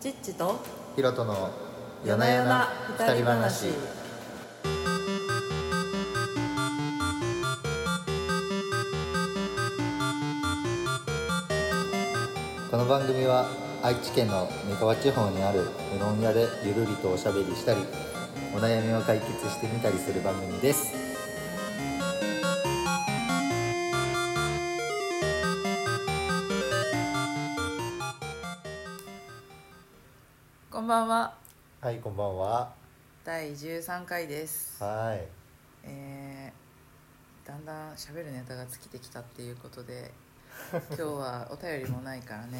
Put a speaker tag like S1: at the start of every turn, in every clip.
S1: チッチと
S2: ヒロトの
S1: 夜な夜な二人話
S2: この番組は愛知県の三河地方にあるうどん屋でゆるりとおしゃべりしたりお悩みを解決してみたりする番組です
S1: こんばんは
S2: はいこんばんは
S1: 第13回です
S2: はい
S1: えー、だんだん喋るネタが尽きてきたっていうこと で今日はお便りもないからね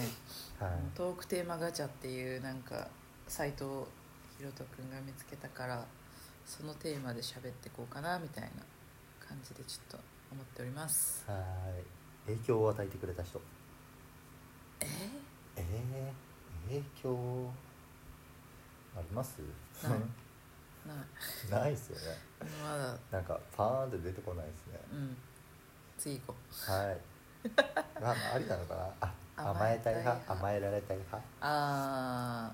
S2: はい
S1: トークテーマガチャっていうなんかサイトをひろとくんが見つけたからそのテーマで喋ってこうかなみたいな感じでちょっと思っております
S2: はい影響を与えてくれた人
S1: え
S2: えー、影響あります
S1: ないー、な
S2: ないですよね
S1: まだ
S2: なんかパーンって出てこないですね
S1: うん次行こう
S2: はい あありなのかなあ甘
S1: 甘え
S2: えた
S1: たい
S2: い派
S1: 派
S2: 甘えられたい派
S1: あ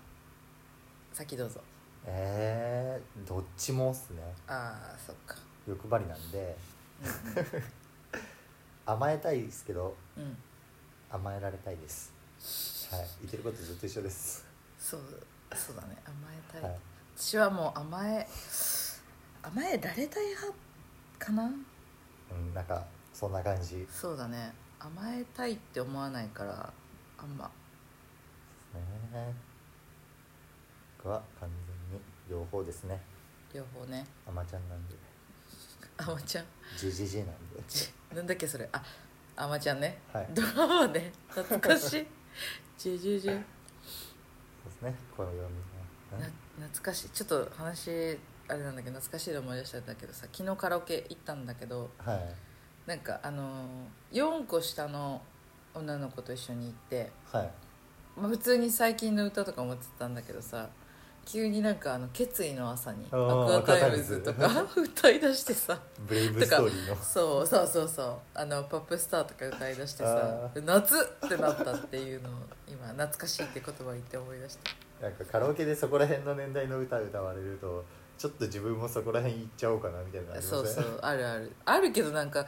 S1: ー先どうぞ
S2: えー、どっちもっすね
S1: ああそっか
S2: 欲張りなんで甘えたいですけど
S1: うん
S2: 甘えられたいですはい言ってることずっと一緒です
S1: そうそうだね甘えたい、
S2: はい
S1: 私はもう甘え甘えられたい派かな
S2: うんなんかそんな感じです
S1: そうだね甘えたいって思わないからあんま
S2: ね僕は完全に両方ですね
S1: 両方ね
S2: 甘ちゃんなんで
S1: あまちゃん
S2: ジジ ジなんで
S1: ちなんだっけそれああまちゃんね、
S2: はい
S1: ドラマね懐かし いジュジュジュ
S2: そうですねこれ読み
S1: な
S2: ね
S1: 懐かしいちょっと話あれなんだけど懐かしいの思い出したんだけどさ昨日カラオケ行ったんだけど
S2: はい
S1: なんかあのー、4個下の女の子と一緒に行って、
S2: はい
S1: まあ、普通に最近の歌とか思ってたんだけどさ急になんかあの「決意の朝に」「
S2: あ
S1: ア
S2: ー
S1: クアタイムズ」とか 歌いだしてさ
S2: ブレイブストーリーの
S1: そうそうそうそうあのポップスターとか歌いだしてさ
S2: あ
S1: 「夏!」ってなったっていうのを今懐かしいって言葉言って思い出した
S2: なんかカラオケでそこら辺の年代の歌歌われるとちょっと自分もそこら辺行っちゃおうかなみたいなのありませ
S1: そ
S2: ん
S1: うそうあるあるあるけどなんか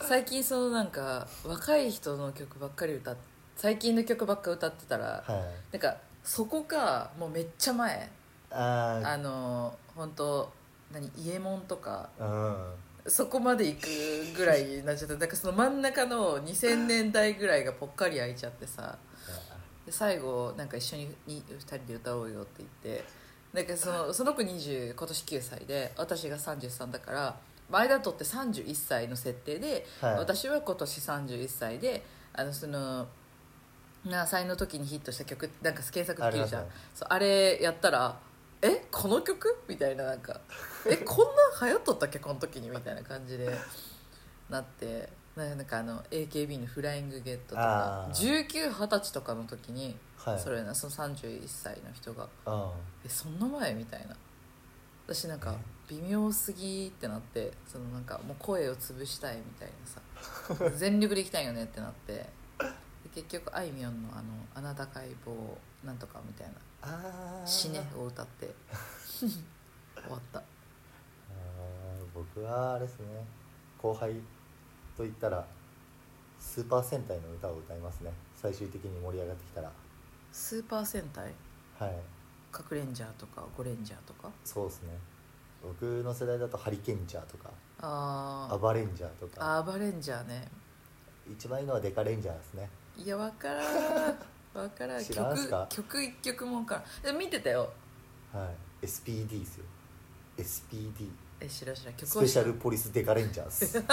S1: 最近そのなんか若い人の曲ばっかり歌っ最近の曲ばっか歌ってたら
S2: はい
S1: なんかそこかもうめっちゃ前あ
S2: あ
S1: の本当何伊右衛門とか
S2: あうん
S1: そこまで行くぐらいになっちゃったなんかその真ん中の2000年代ぐらいがぽっかり空いちゃってさで最後なんか一緒にに2人で歌おうよって言ってなんかそのその子20今年9歳で私が33だから前だとって31歳の設定で、
S2: はい
S1: 私は今年31歳であのその7歳の時にヒットした曲なんか検索できるじゃん
S2: あ
S1: あ,、
S2: ります
S1: そうあれやったら「えこの曲?」みたいななんか「えこんなん流行っとったっけこの時に」みたいな感じでなってななんかあの AKB の「フライングゲット」とか
S2: あー
S1: 1920歳とかの時に、
S2: はい
S1: それなその31歳の人が
S2: うん
S1: 「えそんな前?」みたいな私なんか
S2: ね
S1: 微妙すぎってなってそのなんかもう声を潰したいみたいな さ全力でいきたいよねってなってで結局あいみょんのあの「あなた解剖なんとか」みたいな
S2: あ
S1: 「
S2: あ
S1: 死ね」を歌って終わった
S2: 僕はあれですね後輩と言ったらスーパー戦隊の歌を歌いますね最終的に盛り上がってきたら
S1: スーパー戦隊
S2: はい
S1: カクレンジャーとかゴレンジャーとか
S2: そうですね僕の世代だとハリケンジャーとか
S1: あ
S2: アバレンジャーと
S1: あ
S2: か
S1: アバレンジャーね
S2: 一番いいのはデカレンジャーですね
S1: いやわ からんわからん
S2: 知らんすか
S1: 曲曲一曲もわからんで見てたよ
S2: はい SPD ですよ SPD
S1: え知らん知らん曲
S2: ス
S1: は
S2: ペ
S1: 知
S2: シ
S1: ら
S2: ャ
S1: ん
S2: ルポリスデカレンジャ ーズ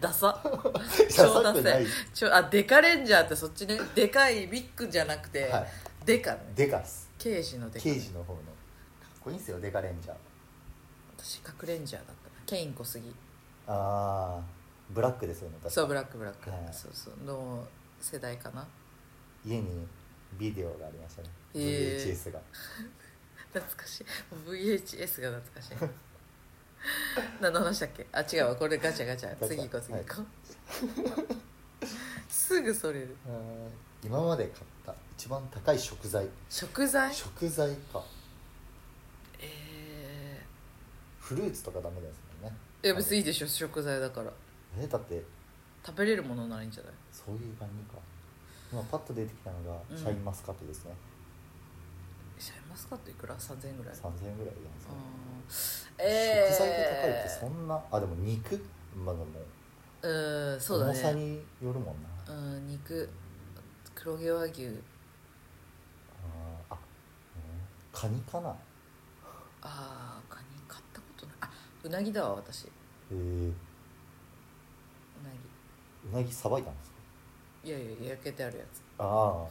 S1: ダサ
S2: ダサ
S1: ダ
S2: く
S1: サ
S2: ない
S1: いちょあデカレンジャーってそっちねでかいビッグじゃなくて、
S2: はい
S1: デカね
S2: デカっす
S1: 刑事のデカ
S2: 刑事の方のかっこいいんすよデカレンジャー
S1: 私カクレンジャーだったケイン小杉
S2: ああブラックですよね確か
S1: そうブラックブラック、
S2: はい
S1: そうそうの世代かな
S2: 家にビデオがありましたね
S1: へー
S2: VHS が、
S1: 懐かしい VHS が懐かしい 何の話だっけあ違うわこれガチャガチャ
S2: ガチャ
S1: 次行こう次行こう、すぐそれる
S2: うーん今まで買った一番高い食材
S1: 食材
S2: 食材か
S1: え
S2: フルーツとかダメですもんね
S1: ー、いや別にいいでしょ食材だから
S2: えだって
S1: 食べれるものならいいんじゃない
S2: そういう感じか今パッと出てきたの
S1: う
S2: が
S1: ん
S2: シャインマスカットですね、
S1: シャインマスカットいくら3000円ぐらいあ
S2: 3000円ぐらいじゃないですか、
S1: ーえー、
S2: 食材で高いってそんなあでも肉まあでも
S1: うんそうだ
S2: 重さ
S1: ね
S2: によるもんな、
S1: うん肉黒毛和牛
S2: あーあ、うん、カニかな
S1: ああカニ買ったことないあうなぎだわ私う
S2: えー、う
S1: な
S2: なぎさばいたんですか
S1: ぎいやいや焼けてあるや
S2: あ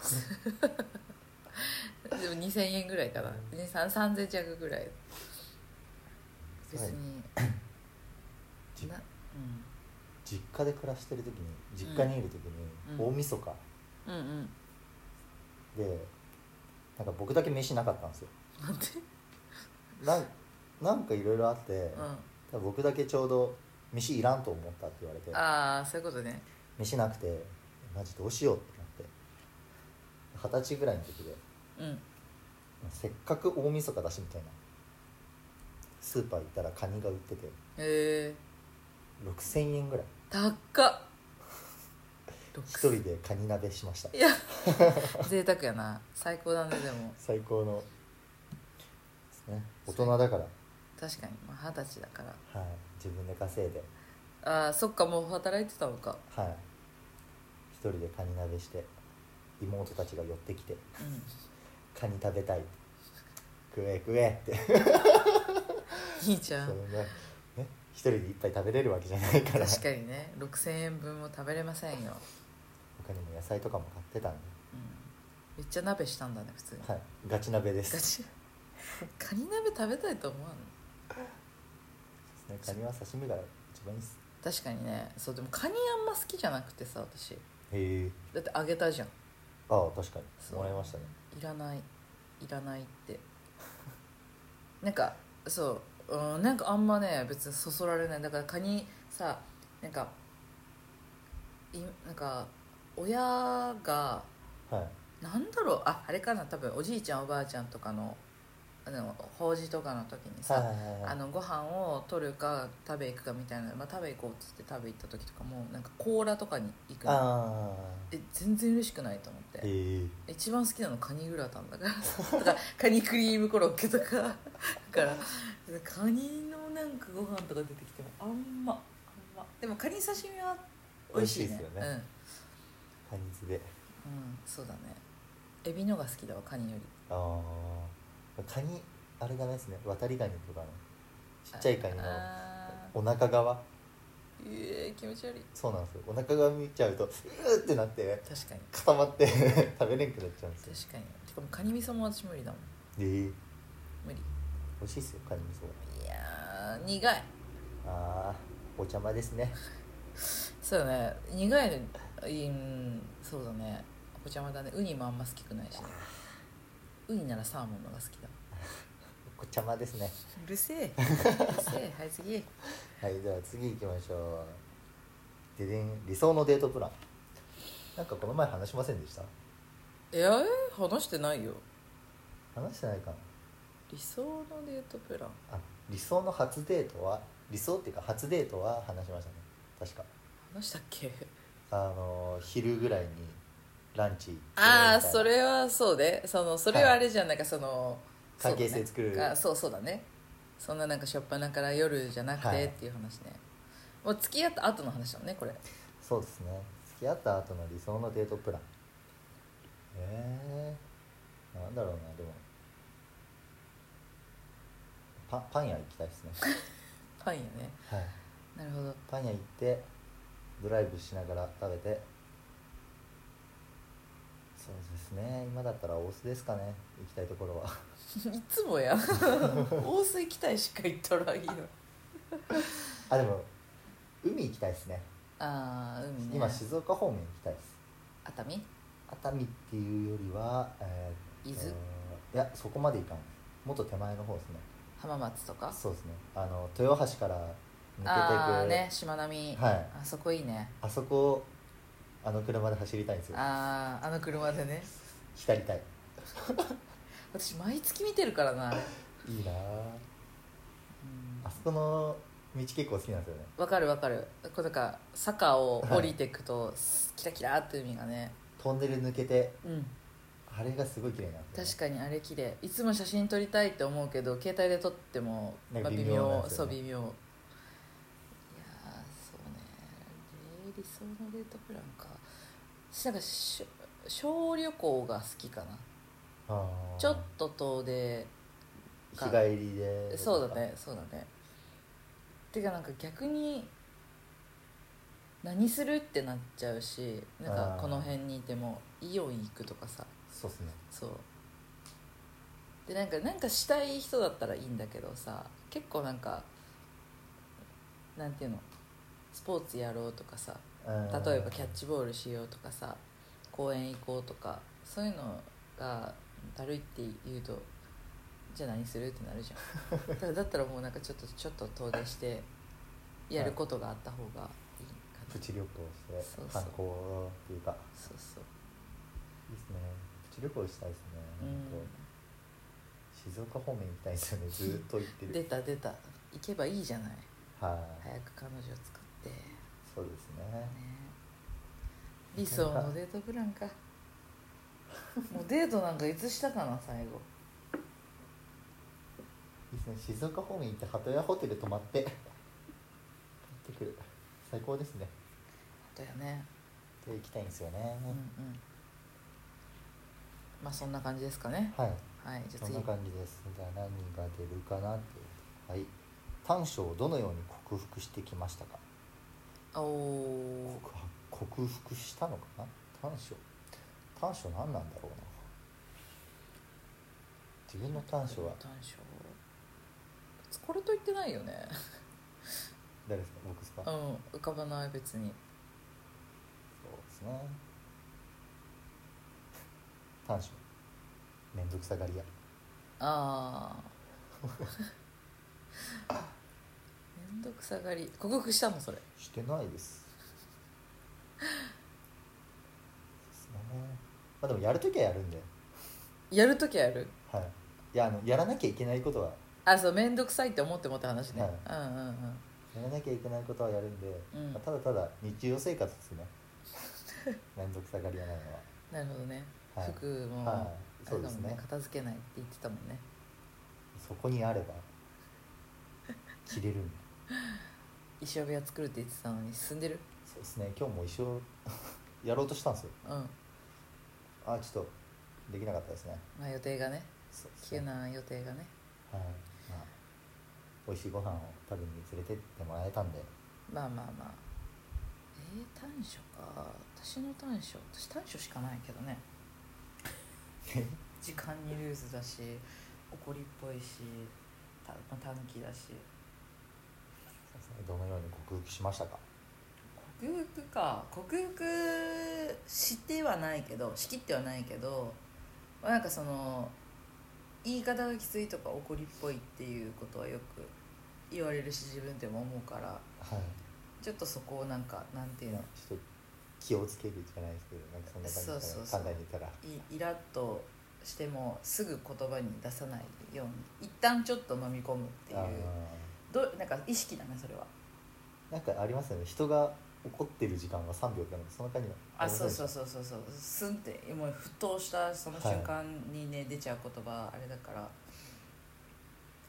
S1: つでも2000円ぐらいかなねさん3000弱ぐらい別
S2: はい
S1: に、
S2: じ
S1: な
S2: 実家で暮らしてる時に実家にいる時に
S1: うん
S2: 大晦日
S1: うん、うんうん
S2: で、なんか僕だけ飯なかったんですよ
S1: なんで
S2: なんなんかいろいろあって、
S1: う
S2: ただ僕だけちょうど飯いらんと思ったって言われて
S1: んああそういうことね
S2: 飯なくてマジどうしようってなって二十歳ぐらいの時で
S1: うん
S2: せっかく大晦日だしみたいなスーパー行ったらカニが売ってて
S1: ええ
S2: 6000円ぐらい
S1: ー、高っ
S2: 一人でカニ鍋しました
S1: いや贅沢やな最高だねでも
S2: 最高のですね大人だから、
S1: 確かにまあ二十、歳だから
S2: はい、自分で稼いで、
S1: ああそっかもう働いてたのか
S2: はい、一人でカニ鍋して妹たちが寄ってきて
S1: うん
S2: 「カニ食べたい」食え食え」って
S1: いいじゃ
S2: そ
S1: ん
S2: のねね一人で一杯食べれるわけじゃないから
S1: 確かにね6000円分も食べれませんよ、
S2: 他にも野菜とかも買ってたんで、
S1: うん、めっちゃ鍋したんだね普通に
S2: はい、ガチ鍋で
S1: ガ
S2: す
S1: チカニ鍋食べたいと思わん
S2: ねカニは刺身が一番いいっす
S1: 確かにねそうでもカニあんま好きじゃなくてさ私
S2: へえ
S1: だってあげたじゃん
S2: ああ確か
S1: そう
S2: にもらいましたね
S1: いらないいらないって なんかそう、うん、なんかあんまね別にそそられないだからカニさなんかいなんか親が
S2: はい
S1: なんだろうああれかな多分おじいちゃんおばあちゃんとかのあの法事とかの時にさ、
S2: はいはいはいは
S1: あ
S2: い
S1: のご飯を取るか食べ行くかみたいな、まあ、食べ行こうっつって食べ行った時とかもなんか甲羅とかに行くの
S2: あ
S1: え全然嬉しくないと思って
S2: あへえ
S1: 一番好きなのカニグラタンだからとかカニクリームコロッケとかだからカニのなんかご飯とか出てきてもあんまあんまでもカニ刺身は美味しいね
S2: 美味しいですよねカニ酢で
S1: うん、うん、そうだねエビのが好きだわカニより
S2: ああカニあれがないですね渡りガニとかのちっちゃいカニの
S1: あー
S2: お腹側
S1: えー気持ち悪い
S2: そうなんですよお腹側見ちゃうとうーってなって
S1: 確かに
S2: 固まって 食べれんくなっちゃうんですよ
S1: 確かにしかもカニ味噌も私無理だもん
S2: ええ
S1: 無理
S2: 美味しいっすよカニ味噌
S1: いやー苦い
S2: ああお茶間ですね
S1: そうだね苦いのいいうんそうだねお邪魔だねウニもあんま好きくないしねウニならサーモンのが好きだ
S2: お茶間ですね
S1: うるせえうるせえはい次
S2: はいでは次行きましょうででん理想のデートプランなんかこの前話しませんでした
S1: えやえ話してないよ
S2: 話してないかな
S1: 理想のデートプラン
S2: あ理想の初デートは理想っていうか初デートは話しましたね確か
S1: 話したっけ
S2: あのー昼ぐらいにランチ行って
S1: ああ
S2: みたいな
S1: それはそうでそのそれはあれじゃん、なんかその
S2: 関係性作る
S1: そうだねあそうそうだねそんななんか初っ端から夜じゃなく
S2: はい
S1: てっていう話ね、もう付き合った後の話だもんねこれ
S2: そうですね付き合った後の理想のデートプランえー、なんだろうなでもパパン屋行きたいですね、
S1: パンやね
S2: はい、
S1: なるほど
S2: パン屋行ってドライブしながら食べてそうですね今だったら大須ですかね行きたいところは
S1: いつも やん大須行きたいしか言ったらいいの
S2: あでも海行きたいですね
S1: ああ海ね
S2: 今静岡方面行きたいです
S1: 熱海
S2: 熱海っていうよりは、えー
S1: 伊豆
S2: えーいやそこまで行かんもっと手前の方ですね
S1: 浜松とか
S2: そうですねあの豊橋から抜けていく
S1: あ
S2: あ,、
S1: あねしまなみ、
S2: はい
S1: あそこいいね
S2: そこあの車で走りたいんですよ
S1: あああの車でね
S2: 浸りたい
S1: 私毎月見てるからなあれ
S2: いいなあ
S1: うん
S2: あそこの道結構好きなんですよね
S1: わかるわかるこうなんか坂を降りていくと、キラキラって海がね
S2: トンネル抜けて
S1: うん
S2: あれがすごい綺麗なんです
S1: 確
S2: よ
S1: かにあれ綺麗いつも写真撮りたいって思うけど携帯で撮っても、
S2: なん
S1: ま
S2: か
S1: あ、
S2: 微
S1: 微
S2: 妙なん
S1: 妙
S2: です
S1: そ
S2: よ
S1: う
S2: ね
S1: 微妙いやーそうねえー理想のデートプランか私なんかしょ小旅行が好きかな
S2: あー
S1: ちょっと遠出
S2: 日帰りで
S1: そうだねそうだねてかなんか逆に何するってなっちゃうしなん
S2: あ
S1: か
S2: ー
S1: この辺にいてもイオン行くとかさ
S2: そうっすね
S1: そうでなんかなんかしたい人だったらいいんだけどさ結構なんかなんていうのスポーツやろうとかさ
S2: うん
S1: 例えばキャッチボールしようとかさ公園行こうとかそういうのがだるいって言うとじゃあ何するってなるじゃんだ からだったらもうなんかちょっとちょっと遠出してやることがあった方がいいかな、
S2: プチ旅行して
S1: そうそう
S2: 観光っていうか
S1: そうそう
S2: いいっすねプチ旅行したいですね、
S1: う
S2: ほんと
S1: ん
S2: 静岡方面行きたいんですよ ねずーっと行って
S1: 出
S2: る
S1: た出た行けばいいじゃない
S2: はい、
S1: 早く彼女を作ってね
S2: そうですね
S1: 理想のデートプラン かもうデートなんかいつしたかな最後
S2: いいですね静岡方面行って鳩屋ホテル泊まって帰ってくる最高ですね
S1: だよね
S2: で行きたいんですよね、
S1: うんうんまあそんな感じですかね
S2: はい
S1: はいじゃあ
S2: そん
S1: 次
S2: な感じですじゃあ何が出るかなってはい短所をどのように克服してきましたか
S1: おお
S2: 克服克服したのかな短所短所何なんだろうな自分の短所は
S1: 短所これと言ってないよね
S2: 誰ですか僕ですか
S1: う
S2: そうん
S1: 浮かばない別に
S2: ですね短所面倒くさがり屋
S1: あ あめんどくさがり克服したのそれ
S2: してない ですそうですねまあでもやるときはやるんで
S1: やるときはやる
S2: はいいやあのやらなきゃいけないことは
S1: あそう面倒くさいって思ってもって話ね、
S2: はい
S1: うんうんうん
S2: やらなきゃいけないことはやるんで、
S1: うん
S2: まあただただ日常生活ですね 面倒くさがり屋なのは
S1: なるほどね、
S2: はい
S1: 服も、
S2: はい
S1: あれだ
S2: そうです
S1: もんね
S2: ね
S1: 片付けないって言ってたもんね
S2: そこにあれば着れるんで
S1: 衣装部屋作るって言ってたのに進んでる
S2: そうですね今日も一生 やろうとしたんですよ
S1: うん
S2: あちょっとできなかったですね
S1: まあ予定がね
S2: そうです
S1: 急
S2: ね
S1: な予定がね
S2: はいまあ美味しいご飯を食べに連れてってもらえたんで
S1: まあまあまあえー、短所か私の短所私短所しかないけどね時間にルーズだし怒りっぽいしたまあ短気だし
S2: そうですねどのように克服しましたか
S1: 克服か克服してはないけど仕切ってはないけどまあなんかその言い方がきついとか怒りっぽいっていうことはよく言われるし自分でも思うから
S2: はい
S1: ちょっとそこをなんかなんていうの
S2: ちょっと気をつけるじゃないですけどなんかそんな感じ
S1: そう
S2: か
S1: そう
S2: な
S1: そう
S2: 考えてたら
S1: いイラッとしてもすぐ言葉に出さないように一旦ちょっと飲み込むっていう
S2: あ
S1: どうなんか意識だねそれは
S2: ーなんかありますよね人が怒ってる時間が3秒とかなんかその間には
S1: あそうそう
S2: そ
S1: そうそうそうスンってもう沸騰したその瞬間にね、出ちゃう言葉あれだから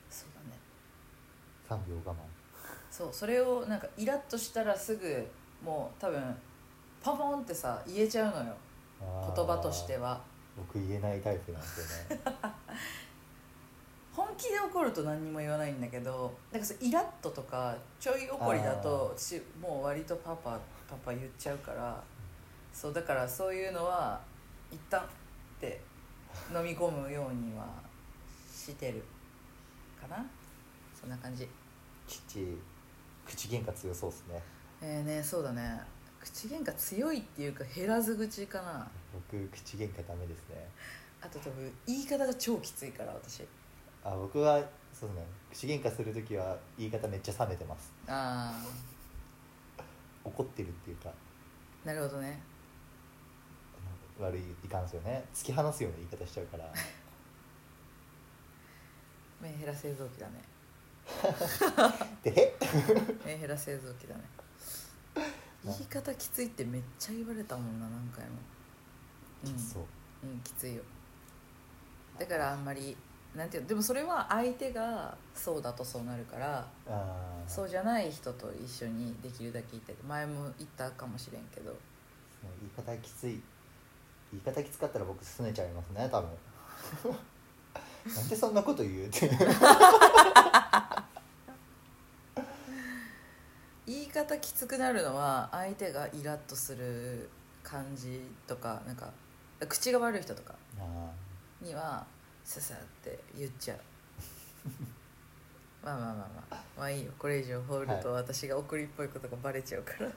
S1: そうだね
S2: う3秒我慢
S1: そうそれをなんかイラッとしたらすぐもう多分パポンってさ言えちゃうのよ
S2: あー
S1: 言葉としては
S2: 僕言えないタイプなんですよね
S1: 本気で怒ると何にも言わないんだけどだからそのイラッととかちょい怒りだと私もう割とパパパパ言っちゃうからそうだからそういうのは一旦って飲み込むようにはしてるかなそんな感じ
S2: 父口喧嘩強そうですね
S1: えー、ねそうだね口喧嘩強いっていうか減らず口かな
S2: 僕口喧嘩ダメですね
S1: あと多分言い方が超きついから私
S2: あ僕はそうね口喧嘩する時は言い方めっちゃ冷めてます
S1: あ
S2: 怒ってるっていうか
S1: あなるほどね
S2: 悪いいかんすよね突き放すような言い方しちゃう から
S1: メンヘラ製造機だね
S2: で
S1: メンヘラ製造機だね
S2: な
S1: 言い方きついってめっちゃ言われたもんな何回もうん
S2: そう
S1: うんきついよだからあんまりなんていうのでもそれは相手がそうだとそうなるから
S2: あー
S1: そうじゃない人と一緒にできるだけいて前も言ったかもしれんけど
S2: もう言い方きつい言い方きつかったら僕拗ねちゃいますね多分 なんでそんなこと言うって
S1: 言い方きつくなるのは相手がイラッとする感じとかなんか口が悪い人とか
S2: あ
S1: にはささって言っちゃう まあまあまあまあまあいいよこれ以上放ると私が送りっぽいことがバレちゃうから、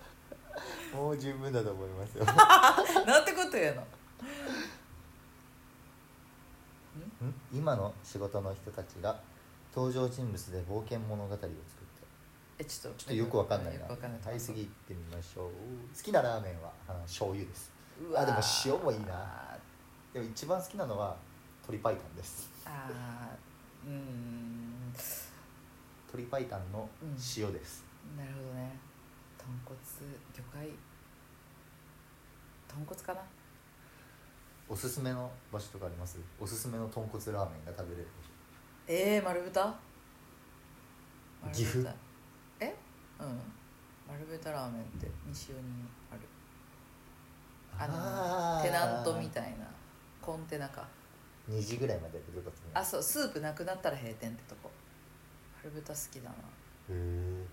S2: ーもう十分だと思いますよ
S1: なんてこと言うの
S2: ん今の仕事の人たちが登場人物で冒険物語を作って
S1: えちょっと
S2: ちょっとよくわかんない
S1: よ
S2: な
S1: くわかんない
S2: はい次行ってみましょう好きなラーメンはあの醤油です
S1: うわー
S2: あでも塩もいいなでも一番好きなのは鶏白湯です
S1: あーうーん
S2: 鶏白湯の塩です、
S1: なるほどね豚骨魚介豚骨かな
S2: おすすめの場所とかありますおすすめの豚骨ラーメンが食べれる場所
S1: えー、丸豚丸豚
S2: 岐阜
S1: えうん丸豚ラーメンって西尾にあるあの
S2: ー
S1: テナントみたいなコンテナか
S2: 2時ぐらいまでやってること
S1: あそうスープなくなったら閉店ってとこ丸豚好きだな
S2: へえ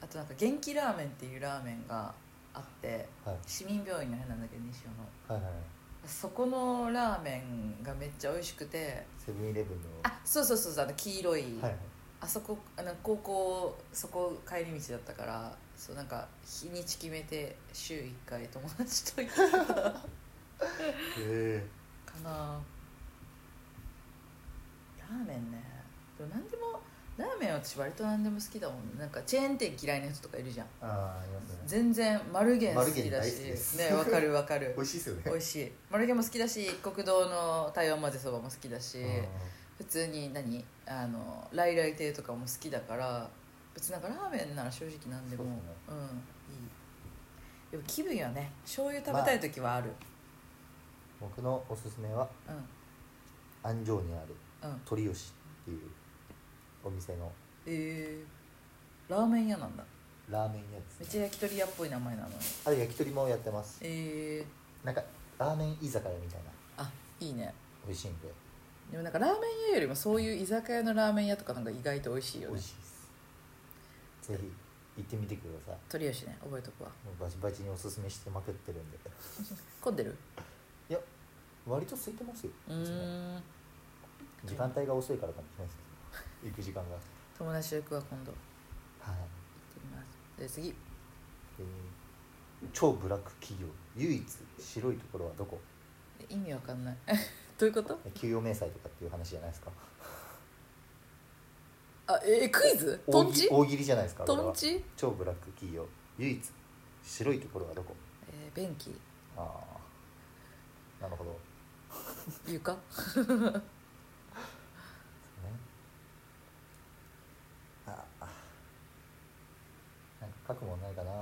S1: あとなんか元気ラーメンっていうラーメンがあって
S2: はい
S1: 市民病院の辺なんだけど西尾の
S2: はいはい
S1: そこのラーメンがめっちゃ美味しくて
S2: セブンイレブンの
S1: あそうそうそうそうあの黄色い、
S2: はいはい
S1: あそこあの高校そこ帰り道だったからそうなんか日にち決めて週1回友達と行ってたか
S2: へえ
S1: なラーメンねでも何でもラーメンは私割と何でも好きだもんねなんかチェーン店嫌いな人とかいるじゃん
S2: ああありますね
S1: 全然丸源好
S2: 丸
S1: き
S2: 源
S1: だ
S2: 大
S1: し
S2: 好きです
S1: ねわかるわかる
S2: 美味しいですよね
S1: 美味しい丸源も好きだし一国堂の台湾混ぜそばも好きだし、普通に何あのライライ亭とかも好きだから別になんかラーメンなら正直何でも
S2: そう
S1: ん
S2: うで
S1: いいでも気分よね醤油食べたい時はある、
S2: うん僕のおすすめは安城にある
S1: うんうん
S2: 鳥吉っていうお店の
S1: えー、ラーメン屋なんだ
S2: ラーメン屋です
S1: め
S2: ね
S1: っちゃ焼き鳥屋っぽい名前なのに
S2: あれ焼き鳥もやってます
S1: えー、
S2: なんかラーメン居酒屋みたいな
S1: あいいね
S2: 美味しいんで
S1: でもなんかラーメン屋よりもそういう居酒屋のラーメン屋とかなんか意外と美味しいよ
S2: 美
S1: ね
S2: 味しいですぜひ行ってみてください
S1: 鳥吉ね覚えとくわ
S2: もうバチバチにおすすめしてまくってるんで
S1: 混んでる
S2: いや割と空いてますよ
S1: うーん
S2: 時間帯が遅いからかもしれないですけど行く時間が
S1: 友達と行くわ今度行っ
S2: はい、
S1: てみますで次
S2: えー超ブラック企業唯一白いところはどこ
S1: 意味わかんないどういうこと
S2: 給与明細とかっていう話じゃないですか
S1: あえークイズトンチ
S2: 大喜大喜利じゃないですかこれは
S1: トンチ
S2: 超ブラック企業唯一白いところはどこ
S1: えー便器
S2: ああなるほど、ね、
S1: 床
S2: ああなんか書くもんないかな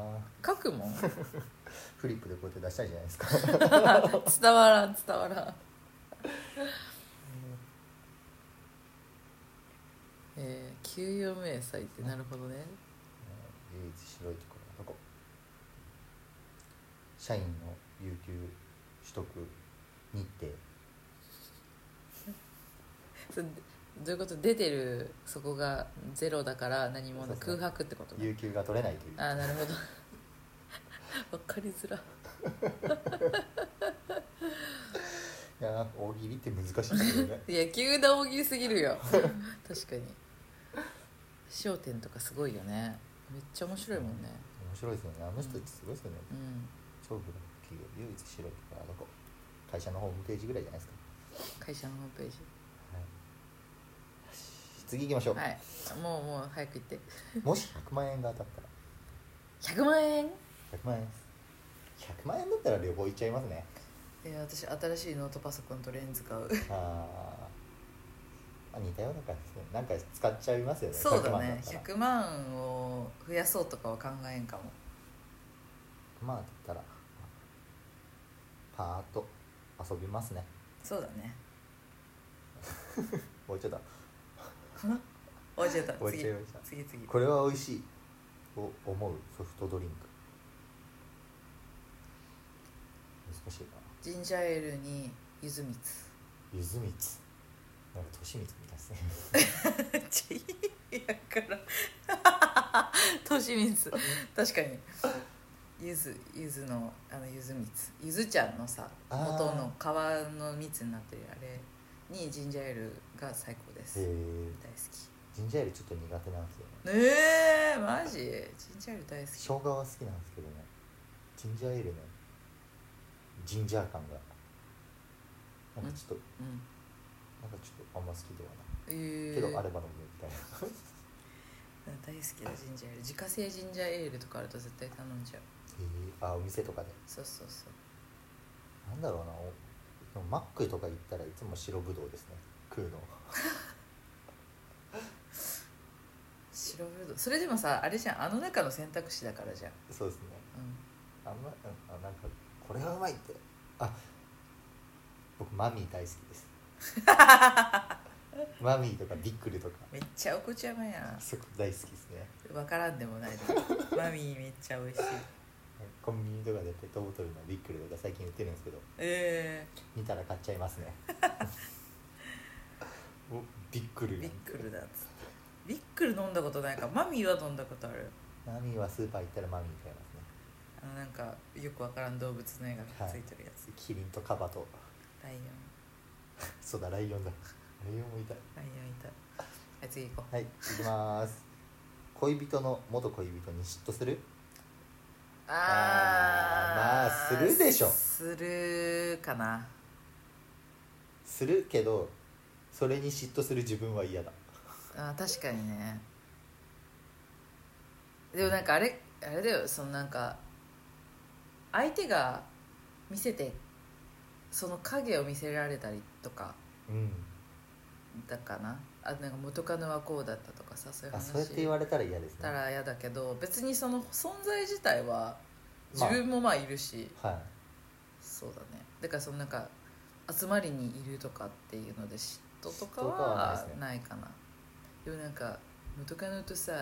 S1: 書くもん
S2: フリップでこうやって出したいじゃないですか
S1: 伝わらん伝わらんえー、給与明細ってなるほどね
S2: 唯一白いところはどこ社員の有給取得日程
S1: それどういうこと出てるそこがゼロだから何も
S2: そう
S1: な
S2: そうそう
S1: 空白ってことね
S2: 有給が取れないという
S1: あーなるほどわかりづら
S2: いやー大喜利って難しいですよね
S1: いや急な大喜利すぎる よ確かに『笑点』とかすごいよねめっちゃ面白いもんね
S2: 面白いですよねあの人たちすごいですよね、
S1: うん
S2: 超ブラック企業唯一白いところはどこ会社のホームページぐらいじゃないですか、
S1: 会社のホームページ
S2: はい、よし次行きましょう、
S1: はいもうもう早く行って
S2: もし100万円が当たったら
S1: 100万円
S2: 100万円です100万円だったら旅行行っちゃいますね
S1: えー私新しいノートパソコンとレンズ 買う
S2: あーあ似たような感じですねなんか使っちゃいますよね
S1: そうだね
S2: 100
S1: 100万を増やそうとかは考えんかも
S2: 万だったらパーッと遊びますね
S1: そうだね
S2: もうちょっと
S1: 終わっちゃった
S2: 終わっ
S1: 次
S2: ちゃいました
S1: 次次
S2: これは美味しいと思うソフトドリンク難しいな
S1: ジンジャーエールにゆずみ つ
S2: ゆずみつなんかとしみつみたいです ね
S1: ちいやから としみつ確かにゆずゆずのあのゆずみつゆずちゃんのさ
S2: あ
S1: 元
S2: ー
S1: の皮の蜜になってるあれにジンジャーエールが最高です、
S2: へ
S1: 大好
S2: えジンジャーエールちょっと苦手なんですよね
S1: きえー、マジジンジャーエール大好き
S2: 生姜は好きなんですけどねジンジャーエールのジンジャー感がなんかちょっと
S1: うん
S2: なんかちょっとあんま好きではない
S1: えー、
S2: けどあれば飲むみたいな
S1: 大好きだジンジャーエール自家製ジンジャーエールとかあると絶対頼んじゃう
S2: へえあお店とかで
S1: そうそうそう
S2: なんだろうなおでもマックとか行ったらいつも白ぶどうですね食うの
S1: 白ぶどうそれでもさあれじゃんあの中の選択肢だからじゃん、
S2: そうですね
S1: うん、
S2: あんまうんあなんかこれはうまいってあ僕マミー大好きです マミーとかビックルとか
S1: めっちゃお子ちゃまや
S2: そこ大好きですね
S1: んわからんでもないで マミーめっちゃ美味しい
S2: コンビニとかでペットボトルのビックルとか最近売ってるんですけど
S1: え
S2: 見たら買っちゃいますね おビックル
S1: ー、
S2: な
S1: ビ
S2: ん
S1: ッ
S2: て
S1: クルだっつってビックル飲んだことないからマミーは飲んだことある
S2: マミーはスーパー行ったらマミー買いますね
S1: あのなんかよくわからん動物の絵がくっついてるやつ、
S2: キリンとカバと
S1: ライオン
S2: そうだライオンだライオンもいた
S1: ライオンいたはい次行こ
S2: はい行きます恋人の元恋人に嫉妬する
S1: う
S2: あーまあするでしょ
S1: するかな
S2: するけどそれに嫉妬する自分は嫌だ
S1: あー確かにねでもなんかあれあれだよそのなんか相手が見せてその影を見せられたりとか
S2: うん
S1: だかなあなんか元カノはこうだったとかさそういう
S2: あ
S1: 話
S2: そうやって言われたら嫌です
S1: た
S2: ね
S1: ら嫌だけど別にその存在自体は自
S2: まあ
S1: 分もまあいるし、
S2: はい
S1: そうだねだからそのなんか集まりにいるとかっていうので嫉妬とか
S2: 嫉妬とかはない
S1: は
S2: ですね
S1: ないかなでもなんか元カノとさ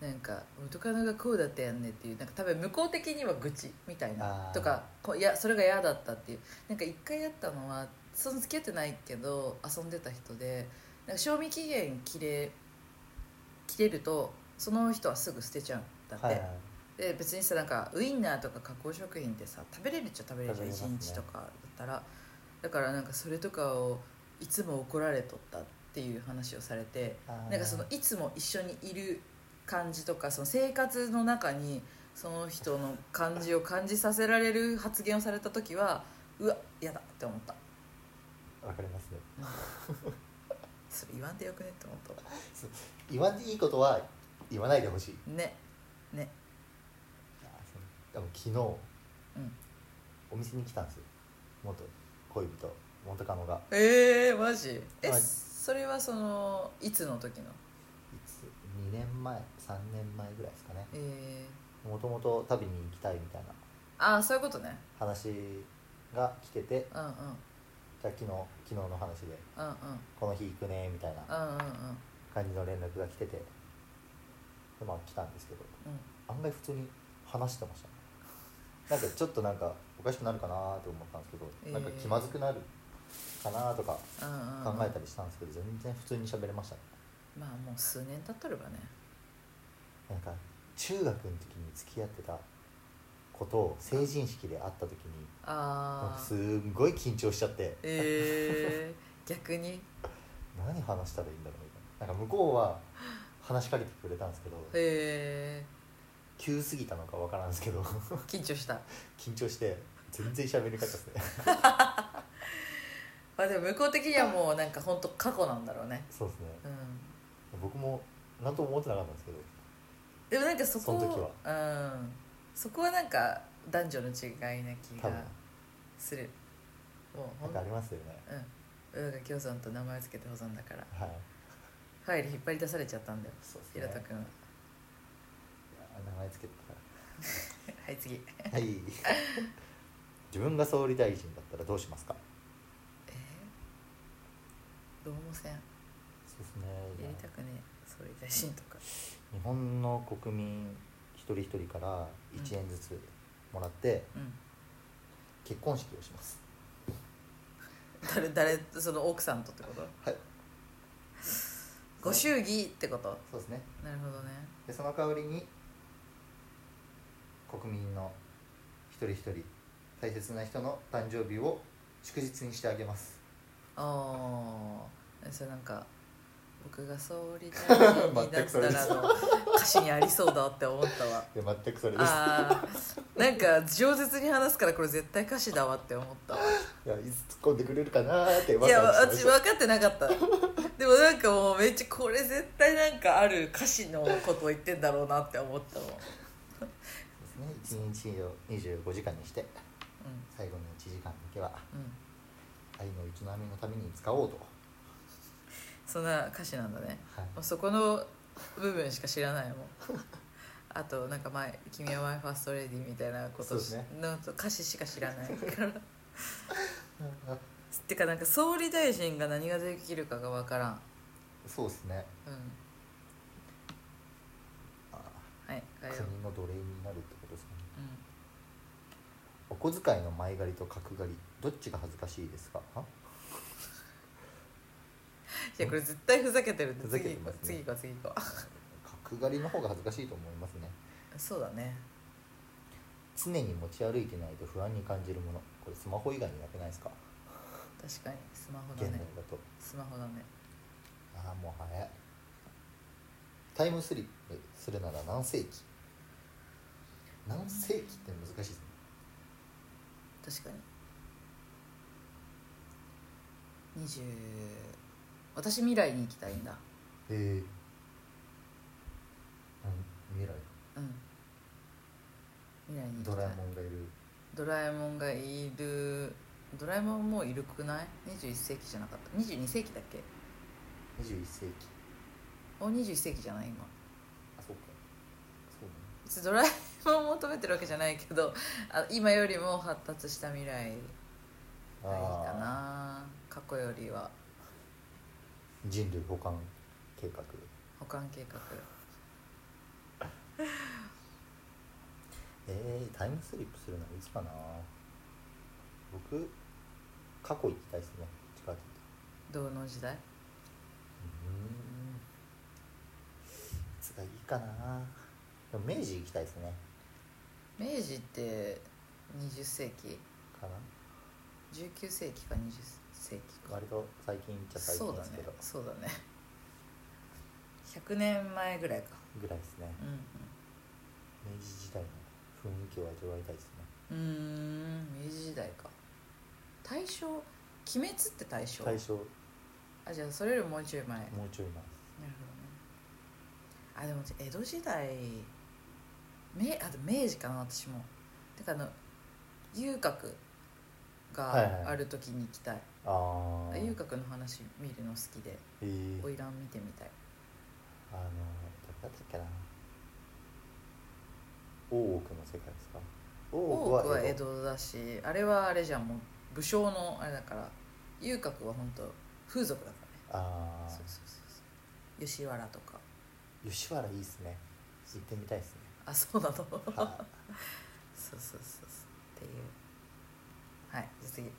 S1: なんか元カノがこうだったやんねっていうなんか多分向こう的には愚痴みたいな
S2: あー
S1: とかこういやそれが嫌だったっていうなんか一回やったのはその付き合ってないけど遊んでた人でなんか賞味期限切れ切れるとその人はすぐ捨てちゃうんだって、
S2: はいはい
S1: で別にさなんかウインナーとか加工食品ってさ食べれるっちゃ食べれるじゃん、
S2: 食べれます
S1: 1
S2: ね
S1: 日とかだったらだからなんかそれとかをいつも怒られとったっていう話をされて
S2: あー
S1: なんかそのいつも一緒にいる感じとかその生活の中にその人の感じを感じさせられる発言をされた時はうわ嫌だって思った
S2: わかりますね
S1: それ言わんでよくねって思っ
S2: 言わんでいいことは言わないでほしい
S1: たねね
S2: あそうでも
S1: う
S2: 昨日、
S1: ん
S2: お店に来たんですよ元恋人元カノが
S1: えー、マジえ、
S2: はい
S1: それはそのいつの時の
S2: いつ2年前3年前ぐらいですかね
S1: えー、
S2: もともと旅に行きたいみたいな
S1: ああそういうことね
S2: 話が来てて
S1: うんうん
S2: じゃあ昨日昨日の話で
S1: うんうん
S2: 「この日行くね」みたいな
S1: うんうん
S2: 感じの連絡が来ててでまあ来たんですけど
S1: うん
S2: 案外普通に話してましたねなんかちょっとなんかおかしくなるかなと思ったんですけど、
S1: えー
S2: なんか気まずくなるかなとか
S1: うんうん
S2: 考えた
S1: り
S2: りしたんですけど、全然普通に喋れましたね
S1: まあもう数年経っとるわね
S2: なんか中学の時に付き合ってたことを成人式で会った時にな
S1: あ
S2: んか
S1: あ
S2: すんごい緊張しちゃって
S1: え ー、逆に
S2: 何話したらいいんだろうみたいななんか向こうは話しかけてくれたんですけど
S1: え
S2: 急すぎたのかわからんですけど
S1: ー、緊張した
S2: 緊張して全然喋れなかったです ね
S1: まあでも向こう的にはもうなんか本当過去なんだろうね
S2: そうですね
S1: うん
S2: 僕も何とも思ってなかったんですけど
S1: でもなんかそこ
S2: その時
S1: うんそこはなんか男女の違いな気
S2: 多分
S1: がするもうほ
S2: なんんかありますよね
S1: うんが京さんと名前を付けて保存だから
S2: はい
S1: ファイル引っ張り出されちゃったんだよ
S2: そうですね
S1: ひろとくん
S2: いや名前つけてた
S1: はい次
S2: はい 自分が総理大臣だったらどうしますか
S1: えー、どうもせんや
S2: そうですね
S1: りたくねえ総理大臣とか
S2: 日本の国民一人一人から1円ずつもらって
S1: うん
S2: 結婚式をします、
S1: 誰誰その奥さんとってこと
S2: はい
S1: ご祝儀ってこと
S2: そうですね
S1: なるほどね
S2: でその代わりに国民の一人一人大切な人の誕生日を祝日にしてあげます
S1: ああそれなんか僕が総理大臣に なったらの歌詞にありそうだって思ったわ
S2: いや全くそれです
S1: あーなんか饒舌に話すからこれ絶対歌詞だわって思ったわ
S2: いやいつ突っ込んでくれるかなーって
S1: いや
S2: ワクワク
S1: 私
S2: し
S1: 分
S2: ま
S1: かってなかったでもなんかもうめっちゃこれ絶対なんかある歌詞のことを言ってんだろうなって思ったもん、
S2: したそうですね一日を25時間にして最後の1時間だけは
S1: うんうん
S2: 愛の営みのために使おうと
S1: そんな歌詞なんだね
S2: はい
S1: もうそこの部分しか知らないも んあとなんか前「君はマイファーストレディ」みたいなこ
S2: そ
S1: と
S2: う
S1: の
S2: ですね
S1: 歌詞しか知らないからてかなんか総理大臣が何ができるかが分からん
S2: そうですね
S1: うん
S2: あ
S1: はい変えよう、
S2: 国の奴隷になるってことですかね
S1: うん、
S2: お小遣いの前借りと角刈りどっちが恥ずかしいですかあ
S1: いやこれ絶対ふざけてるんで
S2: ふざけて
S1: 次行こ
S2: ま
S1: う
S2: すね
S1: 次行こう次行こ
S2: 角刈りの方が恥ずかしいと思いますね
S1: う そうだね
S2: 常に持ち歩いてないと不安に感じるものこれスマホ以外になくないですか
S1: 確かにスマホ
S2: 現
S1: だ
S2: 代だ
S1: ね
S2: と
S1: スマホだね
S2: ああもう早いタイムスリップするなら何世紀何世紀って難しいですね
S1: 確かに20私未来に行きたいんだ
S2: へえうん未来
S1: うん未来に行
S2: ド
S1: きた
S2: ラえ
S1: い
S2: もんがいる
S1: ドラえもんがいるドラえもんもういるくない ?21 世紀じゃなかった22世紀だっけ
S2: 21世紀
S1: お21世紀じゃない今
S2: あそうかそうね
S1: 別にドラえもんを求めてるわけじゃないけどあ今よりも発達した未来がいいかな過去よりは
S2: 人類保管計画
S1: 保管計画
S2: えー、タイムスリップするのはいつかな僕過去行きたいですね近く
S1: どの時代
S2: うんいつがいいかなでも明治行きたいですね
S1: 明治って20世紀
S2: かな
S1: 19世紀か20世紀か
S2: 割と最近っちゃ最
S1: そう
S2: 近
S1: だね
S2: ですけど、
S1: そうだね100年前ぐらいか
S2: ぐらいですね
S1: う
S2: 明治時代の雰囲気を味わいたいですね
S1: んうんうーん明治時代か大正鬼滅って大正
S2: 大正も
S1: あじゃあそれよりもうちょい前なる
S2: うちょい前
S1: ほどねあでも江戸時代明あと明治かな私もてかあの遊郭
S2: はいはい
S1: がある時に行きたい、
S2: ああ
S1: 遊郭の話見るの好きで
S2: えー
S1: 花魁見てみたい
S2: あのどれだったっけな大奥の世界ですか大奥
S1: 大奥は
S2: は江
S1: 江
S2: 戸
S1: 戸だしあれはあれじゃんもう武将のあれだから遊郭は本当風俗だからね
S2: ああ
S1: そうそうそうそう吉原とか
S2: 吉原いいですね行ってみたいですね
S1: あそうなのそうそう
S2: は
S1: そうそうっていうはいじゃあ次
S2: い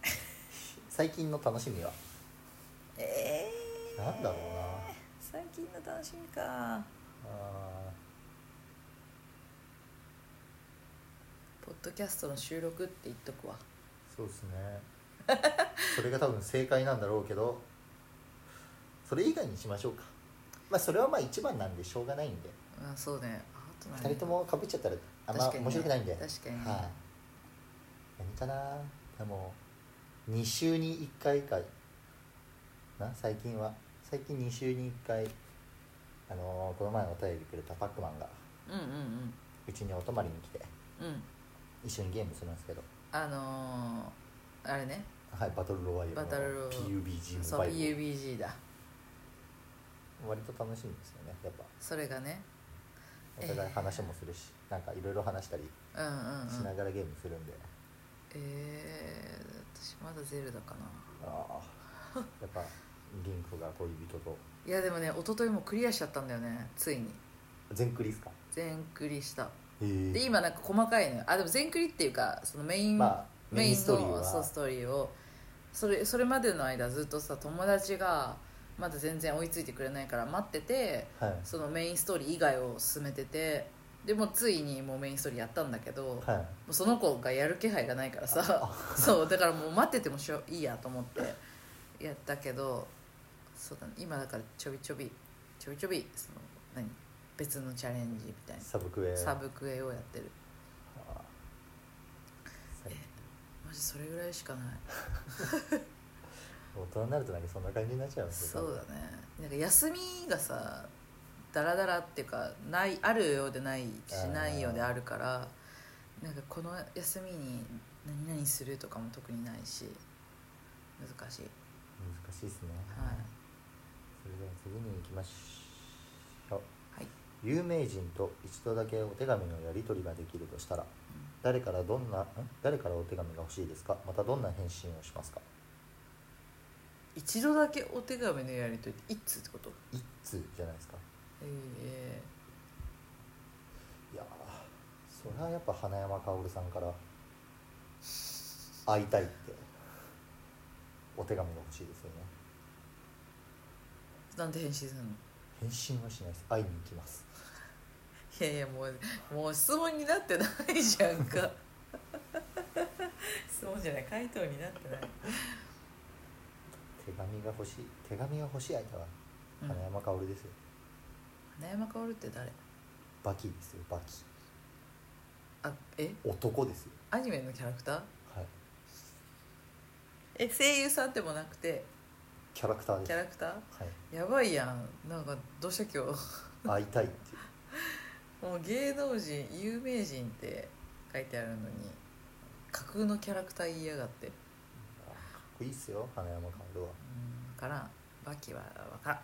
S2: 最近の楽しみは
S1: えー、
S2: なんだろうな
S1: 最近の楽しみか
S2: あ
S1: ポッドキャストの収録って言っとくわ
S2: ーそうですね それが多分正解なんだろうけどそれ以外にしましょうかまあそれはまあ一番なんでしょうがないんで
S1: あそうねああと何
S2: 二人ともかぶっちゃったらあんま
S1: 確かにね
S2: 面白くないんで
S1: 確かにね
S2: はい、何かなでも2週に1回かな最近は最近2週に1回あのーこの前お便りくれたパックマンが
S1: うんうん
S2: うちにお泊まりに来て
S1: うんうん
S2: 一緒にゲームするんですけど
S1: あのあれね
S2: はいバトルロワイヤルの
S1: バトルロワ
S2: PUBG
S1: そ
S2: モ
S1: う
S2: バイル
S1: PUBG だ
S2: 割と楽しいんですよねやっぱ
S1: それがね
S2: お互い話もするし、なんかいろいろ話したり
S1: うんうん
S2: し
S1: う
S2: なんがらゲームするんで、
S1: えー、私まだゼルダかな
S2: あ あやっぱリンクが恋人と
S1: いやでもね一昨日もクリアしちゃったんだよねついに
S2: 全クリっすか
S1: 全クリした
S2: ええ
S1: で今なんか細かいのよあでも全クリっていうかそのメイン、
S2: まあメ
S1: メ
S2: イ
S1: イ
S2: ン
S1: ン
S2: ス
S1: ス
S2: ト
S1: ト
S2: ーリーは
S1: そうストーリーをそれそれまでの間ずっとさ友達がまだ全然追いついてくれないから待ってて
S2: はい
S1: そのメインストーリー以外を進めててでもうついにもうメインストーリーやったんだけど、も
S2: はいう
S1: その子がやる気配がないからさそうだからもう待っててもしょいいやと思ってやったけどそうだ、ね、今だからちょびちょびちょびちょびその何別のチャレンジみたいな
S2: サブクエ
S1: サブクエをやってる
S2: ああ最近
S1: マジそれぐらいしかない
S2: 大人になるとなんかそんな感じになっちゃうんです
S1: そうだねなんか休みがさダラダラっていうかないあるようでないし
S2: あー
S1: ないようであるからなんかこの休みに何々するとかも特にないし難しい
S2: 難しいですね
S1: はい、
S2: それでは次に行きましょう
S1: はい
S2: 有名人と一度だけお手紙のやり取りができるとしたら誰からどんなん誰からお手紙が欲しいですかまたどんな返信をしますか
S1: 一度だけお手紙のやりとりって一通ってこと
S2: 一通じゃないですか
S1: え
S2: いやーそれはやっぱ花山薫さんから会いたいってお手紙が欲しいですよね
S1: えなんて返信するの
S2: 返信はしないです会いに行きます
S1: いやいやもうもう質問になってないじゃん か質問じゃない回答になってない、
S2: 手紙が欲しい手紙が欲しい相手は
S1: うん、
S2: 花
S1: 花
S2: 山薫ですよ、
S1: 山薫って誰
S2: バキですよバキ
S1: あえ
S2: 男ですよ
S1: アニメのキャラクター
S2: はい
S1: え声優さんでもなくて
S2: キャラクターです
S1: キャラクタ
S2: は
S1: ー
S2: い
S1: やばいやんなんかどうした今日
S2: 会いたいっていう
S1: もう芸能人有名人って書いてあるのに架空のキャラクター言いやがって
S2: あかっこいいっすよ花山薫は
S1: うん分からんバキは分からん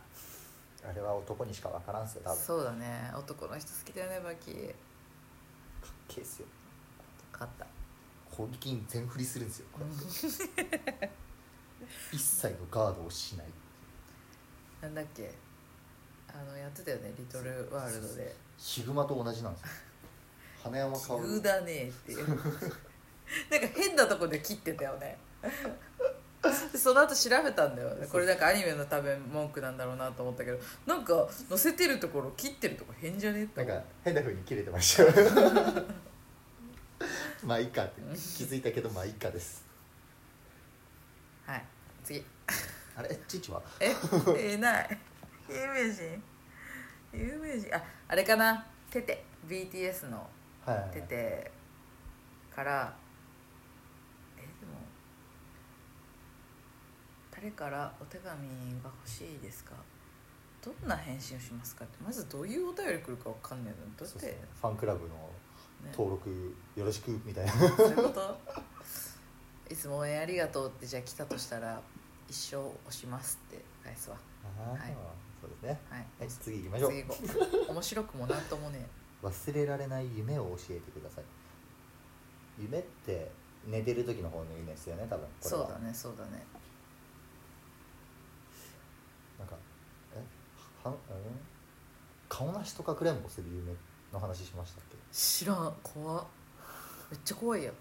S2: あれは男にしか分からんっすよ多分か
S1: そうだね男の人好きだよねバキ
S2: っけえっすよ
S1: 勝った
S2: 攻撃に全振りするんですよこうやって一切のガードをしない
S1: なんだっけあのやってたよね「リトルワールドで
S2: ヒグマと同じなんですよ花
S1: 「
S2: 山
S1: 急
S2: 薫
S1: だね」っていう なんか変なとこで切ってたよねでその後調べたんだよこれなんかアニメの多分文句なんだろうなと思ったけどなんか載せてるところ切ってるとこ変じゃねって
S2: なん
S1: 思う
S2: か変な風に切れてましたよ まあいいかって気づいたけどまあいいかです
S1: はい次
S2: あれチーチは
S1: ええいない有名人有名人ああれかなテテ BTS の
S2: は
S1: 出てからえでも誰からお手紙が欲しいですかどんな返信をしますかってまずどういうお便り来るかわかんないのどうや
S2: そ
S1: っ
S2: う
S1: て
S2: そうファンクラブの
S1: ね
S2: 登録よろしくみたいな
S1: そういうこといつも応援ありがとうってじゃあ来たとしたら一生押しますって返すわ
S2: あーそうですね
S1: はい
S2: はい次行きましょう
S1: 次行こう面白くもなんともね
S2: 忘れられない夢を教えてください夢って寝てる時の方の夢ですよね多分これ
S1: そ
S2: は
S1: うだねそうだね
S2: なんかえははうん顔なしとかくれんぼする夢の話しましたっけ
S1: 知らん怖っめっちゃ怖いよ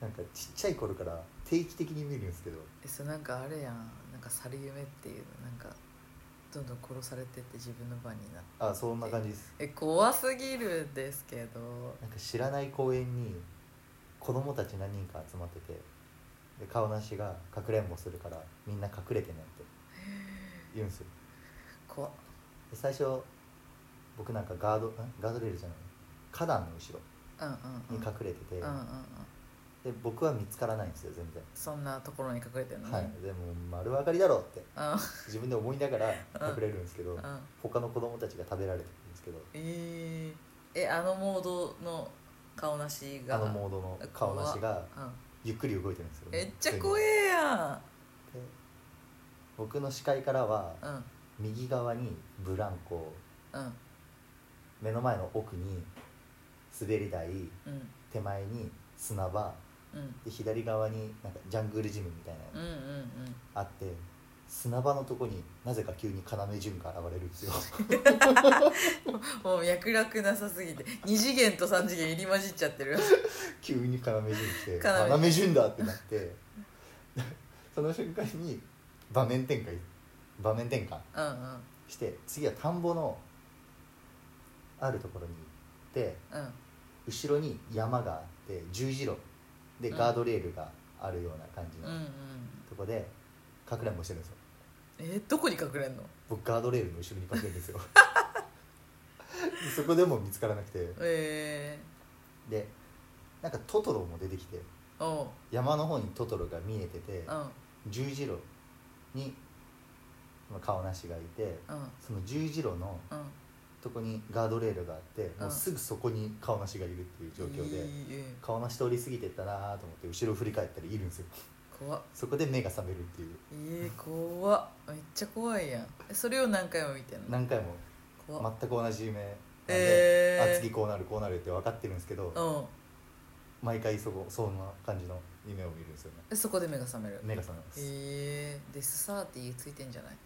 S2: なんかちっちゃい頃から定期的に見るんですけど
S1: えそうなんかあれやんなんか猿夢っていうのなんかどんどん殺されてって自分の番になって
S2: あそんな感じです
S1: え怖すぎるんですけど
S2: なんか知らない公園に子供たち何人か集まっててで顔なしがかくれんぼするからみんな隠れてねって言うんですよ
S1: 怖っ
S2: で最初僕なんかガードんガードレールじゃない花壇の後ろ
S1: うんうんうん
S2: に隠れてて、
S1: うんうんうん
S2: で僕は見つからないんですよ全然、
S1: そんなところに隠れてるのね
S2: はいでも丸分かりだろうって
S1: う
S2: 自分で思いながら隠れるんですけど、
S1: んうん
S2: 他の子供たちが食べられてるんですけど
S1: えーえあのモードの顔なしが
S2: あのモードの顔なしが
S1: うん
S2: ゆっくり動いてるんですよ、
S1: めっちゃ怖えや
S2: で僕の視界からは
S1: んうん
S2: 右側にブランコ
S1: うん
S2: 目の前の奥に滑り台
S1: うん
S2: 手前に砂場
S1: うん
S2: で左側になんかジャングルジムみたいなの
S1: うんうんうん
S2: あって砂場のとこになぜか急に要潤が現れるんですよ
S1: もう脈絡なさすぎて2次元と3次元入り混じっちゃってる
S2: 急に要潤来て「
S1: 要
S2: 要潤だ!」ってなって その瞬間に場面転換場面転換
S1: うんうん
S2: して次は田んぼのあるところに行って
S1: うん
S2: 後ろに山があって十字路で
S1: うん
S2: ガードレールがあるような感じ
S1: うんう
S2: の
S1: ん
S2: とこでかくれんぼしてるんですよ
S1: えどこに隠れんの
S2: 僕ガードレールの後ろに隠れるんです よでそこでも見つからなくて
S1: え
S2: でなんかトトロも出てきて
S1: ー、おう
S2: 山の方にトトロが見えてて
S1: うん
S2: 十字路にまあ顔なしがいて
S1: うん
S2: その十字路の
S1: うん
S2: とこにガードレールがあってもううんすぐそこに顔なしがいるっていう状況で、
S1: いいえ
S2: 顔なし通り過ぎてったなーと思って後ろ振り返ったらいるんですよ
S1: 怖っ
S2: そこで目が覚めるっていう
S1: えー、怖っめっちゃ怖いやんえそれを何回も見てんの
S2: 何回も
S1: 怖っ
S2: 全く同じ夢なんで、
S1: えー
S2: あ次こうなるこうなるって分かってるんですけど
S1: うん
S2: 毎回そこそんな感じの夢を見るんですよね
S1: えそこで目が覚める
S2: 目が覚めます、
S1: えー、デスサーティーついてんじゃない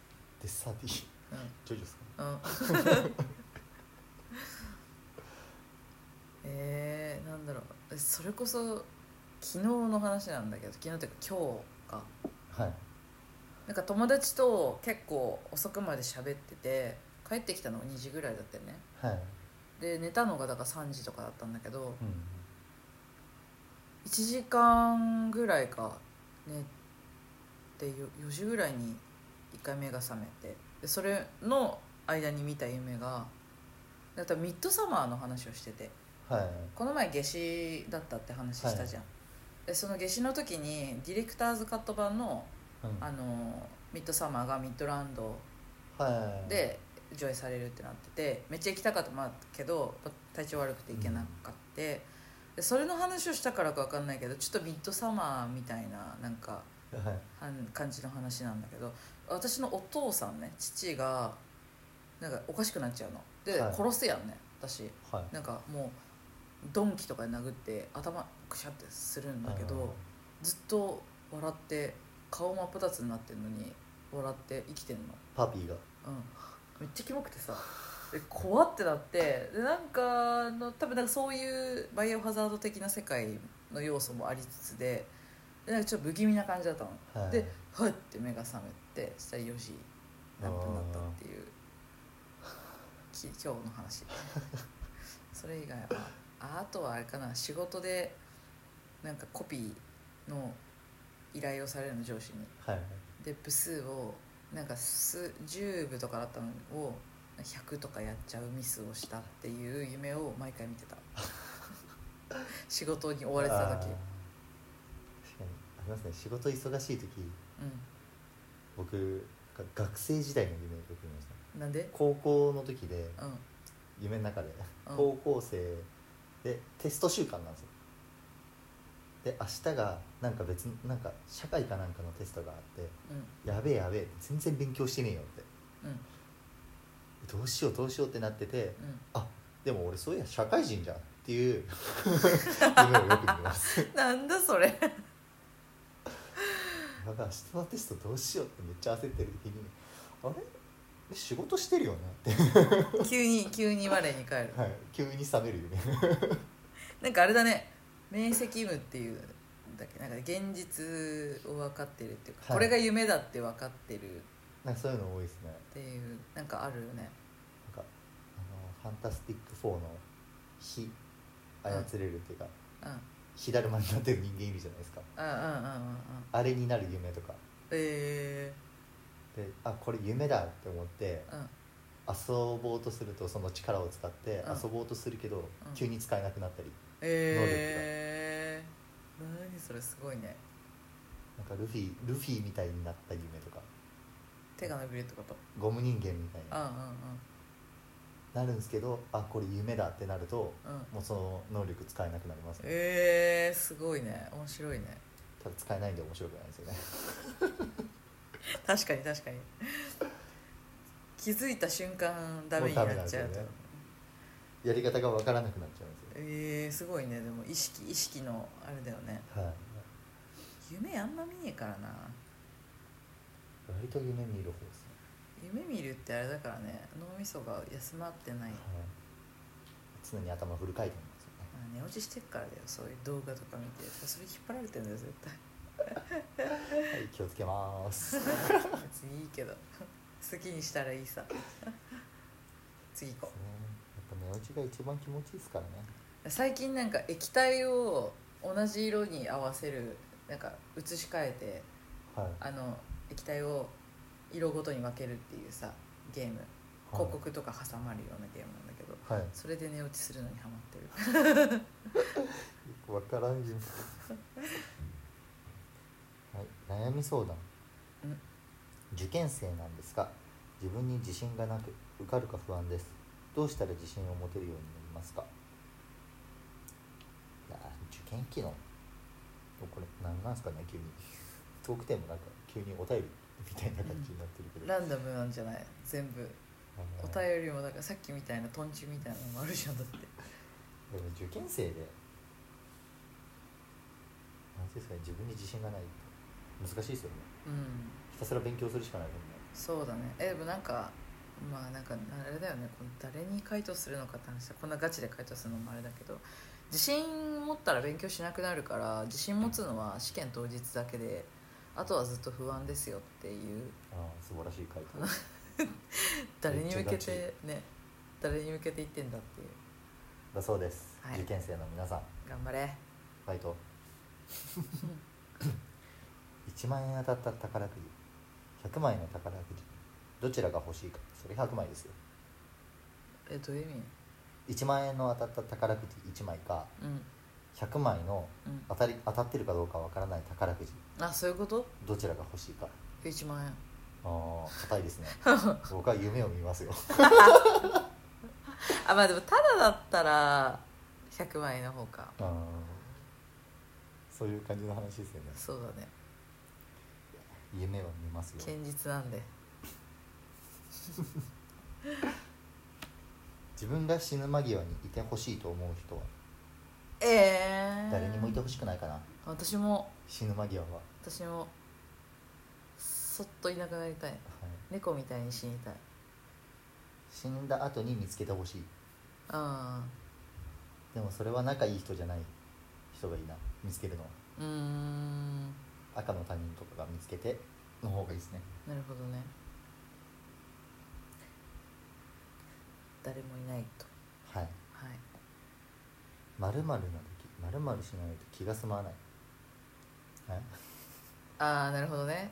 S2: でサーティジョジョですか
S1: うんうん えー、なんだろうえそれこそ昨日の話なんだけど昨日っていうか今日か
S2: はい
S1: なんか友達と結構遅くまで喋ってて帰ってきたのが2時ぐらいだったよね
S2: はい、
S1: で寝たのがだから3時とかだったんだけど
S2: うん、
S1: 1時間ぐらいか寝てよ4時ぐらいに1回目が覚めてでそれの間に見た夢がだからミッドサマーの話をしてて
S2: はい
S1: この前夏至だったって話したじゃん、でその夏至の時にディレクターズカット版の
S2: うん
S1: あのミッドサマーがミッドランド
S2: はい
S1: で上映されるってなっててめっちゃ行きたかったまあけどやっぱ体調悪くて行けなかった、でそれの話をしたからか分かんないけどちょっとミッドサマーみたいななんか
S2: はい
S1: はん感じの話なんだけど私のお父さんね父がなんかおかしくなっちゃうので、
S2: はい
S1: 殺すやんね私
S2: はい
S1: なんかもうドンキとかで殴って頭くしゃってするんだけど、ずっと笑って顔真っ二つになってんのに笑って生きてんの
S2: パピーが
S1: うんめっちゃキモくてさで怖ってなってでなんかあの多分なんかそういうバイオハザード的な世界の要素もありつつででなんかちょっと不気味な感じだったの、
S2: はい
S1: でふって目が覚めてそしたら4時何分だったっていうき今日の話それ以外はああとはあれかな仕事でなんかコピーの依頼をされるの上司に
S2: はい
S1: で部数をなんかす10部とかだったのを100とかやっちゃうミスをしたっていう夢を毎回見て た仕事に追われてた
S2: あ
S1: 時
S2: ー確かにありますね仕事忙しい時僕が学生時代の夢をよく見ました
S1: うんなんで
S2: 高校の時で
S1: うん
S2: 夢の中で、
S1: うん
S2: 高校生でテスト週間なんですよで明日がなんか別のなんか社会かなんかのテストがあっ
S1: うん
S2: てやべえやべえ全然勉強してねえよって
S1: うん
S2: どうしようどうしようってなってて
S1: うん
S2: あでも俺そういや社会人じゃんっ ていう夢をよく見ます
S1: なん だそれ
S2: やばい明日のテストどうしようってめっちゃ焦ってる時にあれえ仕事してるよなって、
S1: 急に急に我に返る
S2: はい、急に冷める夢
S1: なんかあれだね明晰夢っていうんだっけなんか現実を分かってるっていうか、
S2: はい
S1: これが夢だって分かってるっ
S2: なんかそういうの多いですね
S1: ていうなんかあるよね
S2: なんかあの「ファンタスティック4」の火操れるっていうか、
S1: うん
S2: 火だるまになってる人間いるじゃないですか
S1: うんうんうんうんうん
S2: あれになる夢とか
S1: え
S2: であこれ夢だって思って
S1: ー、うん
S2: 遊ぼうとするとその力を使って
S1: うん
S2: 遊ぼうとするけど、
S1: ん
S2: 急に使えなくなったり
S1: えー、何それすごいね
S2: なんかルフィルフィみたいになった夢とか
S1: 手が伸びるってこと
S2: ゴム人間みたい
S1: うんう
S2: な
S1: う
S2: ん
S1: ん
S2: なるんですけどあこれ夢だってなると
S1: うん
S2: もうその能力使えなくなりますね
S1: えー、すごいね面白いね
S2: ただ使えないんで面白くないですよね
S1: 確かに確かに気づいた瞬間ダメになっちゃう
S2: もうダメなんです
S1: と
S2: よねやり方が分からなくなっちゃうんです
S1: えー、すごいねでも意識意識のあれだよね
S2: よはい
S1: 夢あんま見ねえからな
S2: 割と夢見る方ですね
S1: 夢見るってあれだからね脳みそが休まってない、ま
S2: はい常に頭フル回転なんですよ
S1: あ、寝
S2: ね
S1: 落ちしてっからだよそういう動画とか見てそれ引っ張られてるんだよ絶対
S2: はい気をつけます
S1: 別にいいけど 好きにしたらいいさ次行こ
S2: ねやっぱ寝落ちが一番気持ちいいですからね
S1: う最近なんか液体を同じ色に合わせるなんか移し替えて
S2: はい
S1: あの液体を色ごとに分けるっていうさゲーム広告とか挟まるようなゲームなんだけど
S2: はい
S1: それで寝落ちするのにハマってる
S2: 分 からんじゃんはい、悩み相談
S1: うん
S2: 受験生なんですが自分に自信がなく受かるか不安ですどうしたら自信を持てるようになりますかいやー受験期のこれ何なんすかね急にトークテーマなんか急にお便りみたいな感じになってるけど、
S1: ランダムなんじゃない全部お
S2: り
S1: 便りもだからさっきみたいなとんちみたいなのもあるじゃんだって
S2: でも受験生で何ですかね自分に自信がないと難しいですよね
S1: うん
S2: ひたすら勉強するしかないもんね
S1: そうだねえでもなんかまあなんかあれだよねこの誰に回答するのかって話だこんなガチで回答するのもあれだけど自信持ったら勉強しなくなるから自信持つのは試験当日だけであとはずっと不安ですよっていう
S2: ああ素晴らしい回答
S1: 誰に向
S2: め
S1: け
S2: っちゃ
S1: てね誰に向けて言ってんだっていう
S2: だそうです、
S1: はい
S2: 受験生の皆さん
S1: 頑張れ
S2: バイト 1万円当たった宝くじ100万円の宝くじどちらが欲しいかそれ100枚ですよ
S1: えどういう意味
S2: 1万円の当たった宝くじ1枚か
S1: うん
S2: 100枚の
S1: うん
S2: 当たり当たってるかどうかわからない宝くじ
S1: あそういうこと
S2: どちらが欲しいか
S1: 1万円
S2: ああ硬いですね僕は夢を見ますよ
S1: あまあでもただだったら100万円の方か
S2: あーそういう感じの話ですよね
S1: そうだね
S2: 夢を見ますよ
S1: 堅実なんで
S2: 自分が死ぬ間際にいてほしいと思う人は
S1: ええー、
S2: 誰にもいてほしくないかな
S1: 私も
S2: 死ぬ間際は、は
S1: 私もそっといなくなりたい
S2: い、
S1: 猫みたいに死にたい
S2: 死んだ後に見つけてほしい
S1: あ
S2: でもそれは仲いい人じゃない人がいいな見つけるのは
S1: あうーん
S2: 赤の他人とかが見つけての方がいいですね
S1: なるほどね誰もいないと
S2: はい
S1: はい
S2: まるな時まるしないと気が済まないはい
S1: ああなるほどね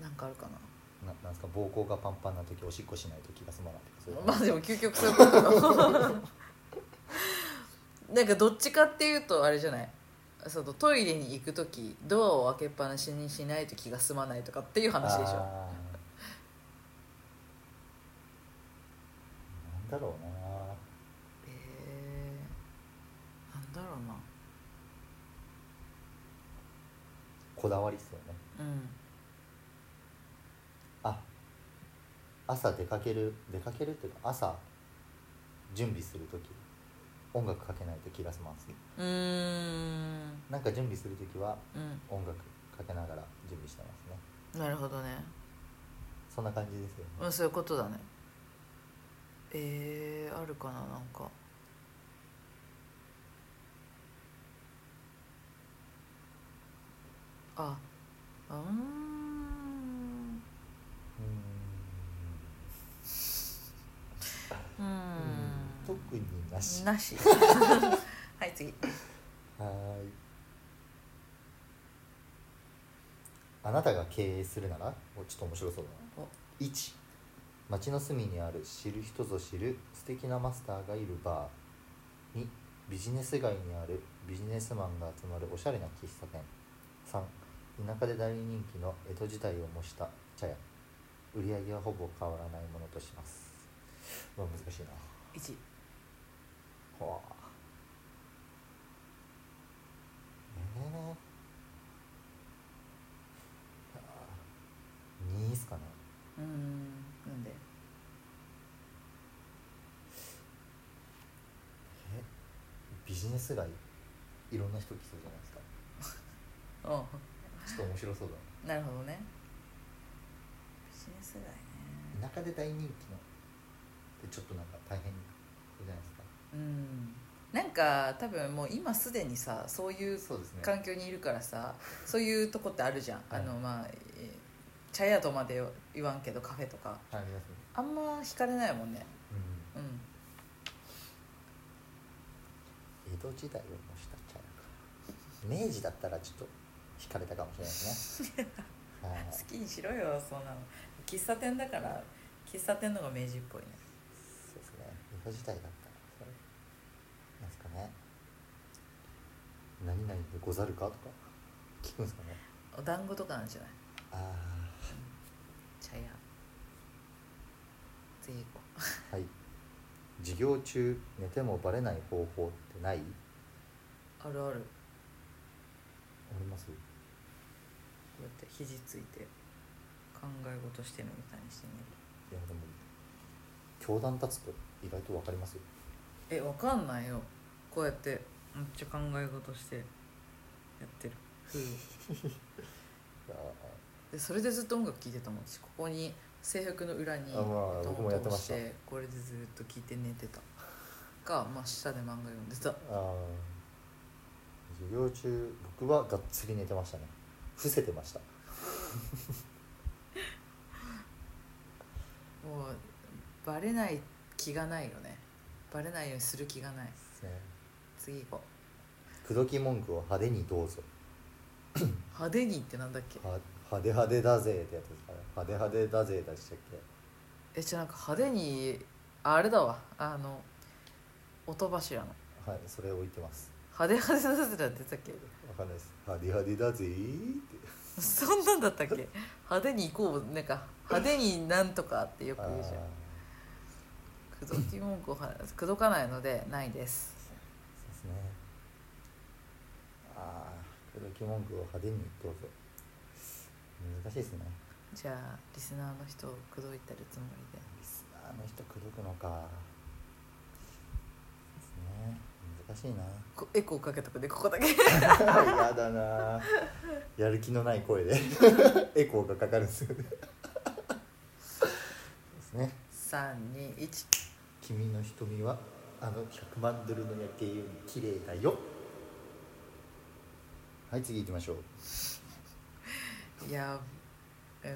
S1: なんかあるかな
S2: ななんですか膀胱がパンパンな時おしっこしないと気が済まないとかそういう
S1: まあでも究極そういうことだなんかどっちかっていうとあれじゃないそのトイレに行く時ドアを開けっぱなしにしないと気が済まないとかっていう話でし
S2: あー
S1: ょ
S2: なんだろうな
S1: えー、なんだろう
S2: こだわりっすよね
S1: なうん
S2: あ朝出かける出かけるっていうか朝準備する時音楽かけないと気が済ます
S1: うーん
S2: なんか準備する時は
S1: う
S2: 音楽かけながら準備してますね
S1: んなるほどね
S2: そんな感じですよ
S1: う
S2: ね
S1: んそういうことだねえー、あるかななんかあうーんうー
S2: うーん
S1: ん
S2: 特になし
S1: なし はい次
S2: はーいあなたが経営するならおちょっと面白そうだな
S1: お
S2: 1町の隅にある知る人ぞ知る素敵なマスターがいるバー2ビジネス街にあるビジネスマンが集まるおしゃれな喫茶店3田舎で大人気の江戸時代を模した茶屋売り上げはほぼ変わらないものとしますうわ難しいな
S1: 1
S2: ほうええー、2っすかね
S1: うーんなんで
S2: えビジネス街いろんな人来そうじゃないですか
S1: う
S2: ちょっと面白そうだ
S1: ん なるほどねビジネス街ね
S2: な田舎で大人気のでちょっとなんか大変そうじゃないですか
S1: うんなんか多分もう今すでにさそういう
S2: そうですね
S1: 環境にいるからさそういうとこってあるじゃん、
S2: はい
S1: あのまあえ茶屋とまで言わんけどカフェとか
S2: ありますね
S1: あんま惹かれないもんね
S2: うん
S1: うん
S2: 江戸時代を模した茶屋か明治だったらちょっと惹かれたかもしれないです ねはい
S1: 好きにしろよそんなの喫茶店だから喫茶店の方が明治っぽいね
S2: そうですね江戸時代だったらそれなんですかね何々でござるかとか聞くんですかね
S1: お団子とかなんじゃない
S2: あ
S1: 茶屋次行こ
S2: あはい授業中寝てもバレない方法ってない あ
S1: うあるある
S2: ります
S1: こうやって肘ついて考え事してるみたいにしてみる
S2: いやでも教団立つと意外と分かりますよ
S1: えわかんないよこうやってめっちゃ考え事してやってるふう
S2: いや
S1: でそれでずっと音楽聴いてたもん私ここに制服の裏に
S2: あまあ僕もやってました
S1: ヘッドホンを通してこれでずっと聴いて寝てたか、まあ、下で漫画読んでた
S2: ーあー授業中僕はがっつり寝てましたね伏せてました
S1: もうバレない気がないよねバレないようにする気がない
S2: ね
S1: 次行こう
S2: 口説き文句を派手にどうぞ
S1: 派手にってなんだっけ
S2: は派手派手だぜってやつですかね派手派手だぜでしたっ
S1: えじゃあなんか派手にああれだわあの音柱の
S2: けはいそれ置いてます
S1: 派手派手だぜだってたっけ
S2: わかんないです派手派手だぜーって
S1: そんなんだったっけ派手に行こうなんか派手になんとかってよく
S2: あ
S1: 言うじゃん
S2: ー
S1: 口説き文句をは口説かないのでないです
S2: そうですねああ口説き文句を派手にどうぞ難しいですね
S1: じゃあリスナーの人を口説いてるつもりで
S2: リスナーの人口説くのかですね難しいな
S1: こエコーかけとくでここだけ
S2: やだなやる気のない声で エコーがかかるんですよね そうですね
S1: 321
S2: 君の瞳はあの100万ドルの夜景より綺麗だよはい次行きましょう
S1: いやうん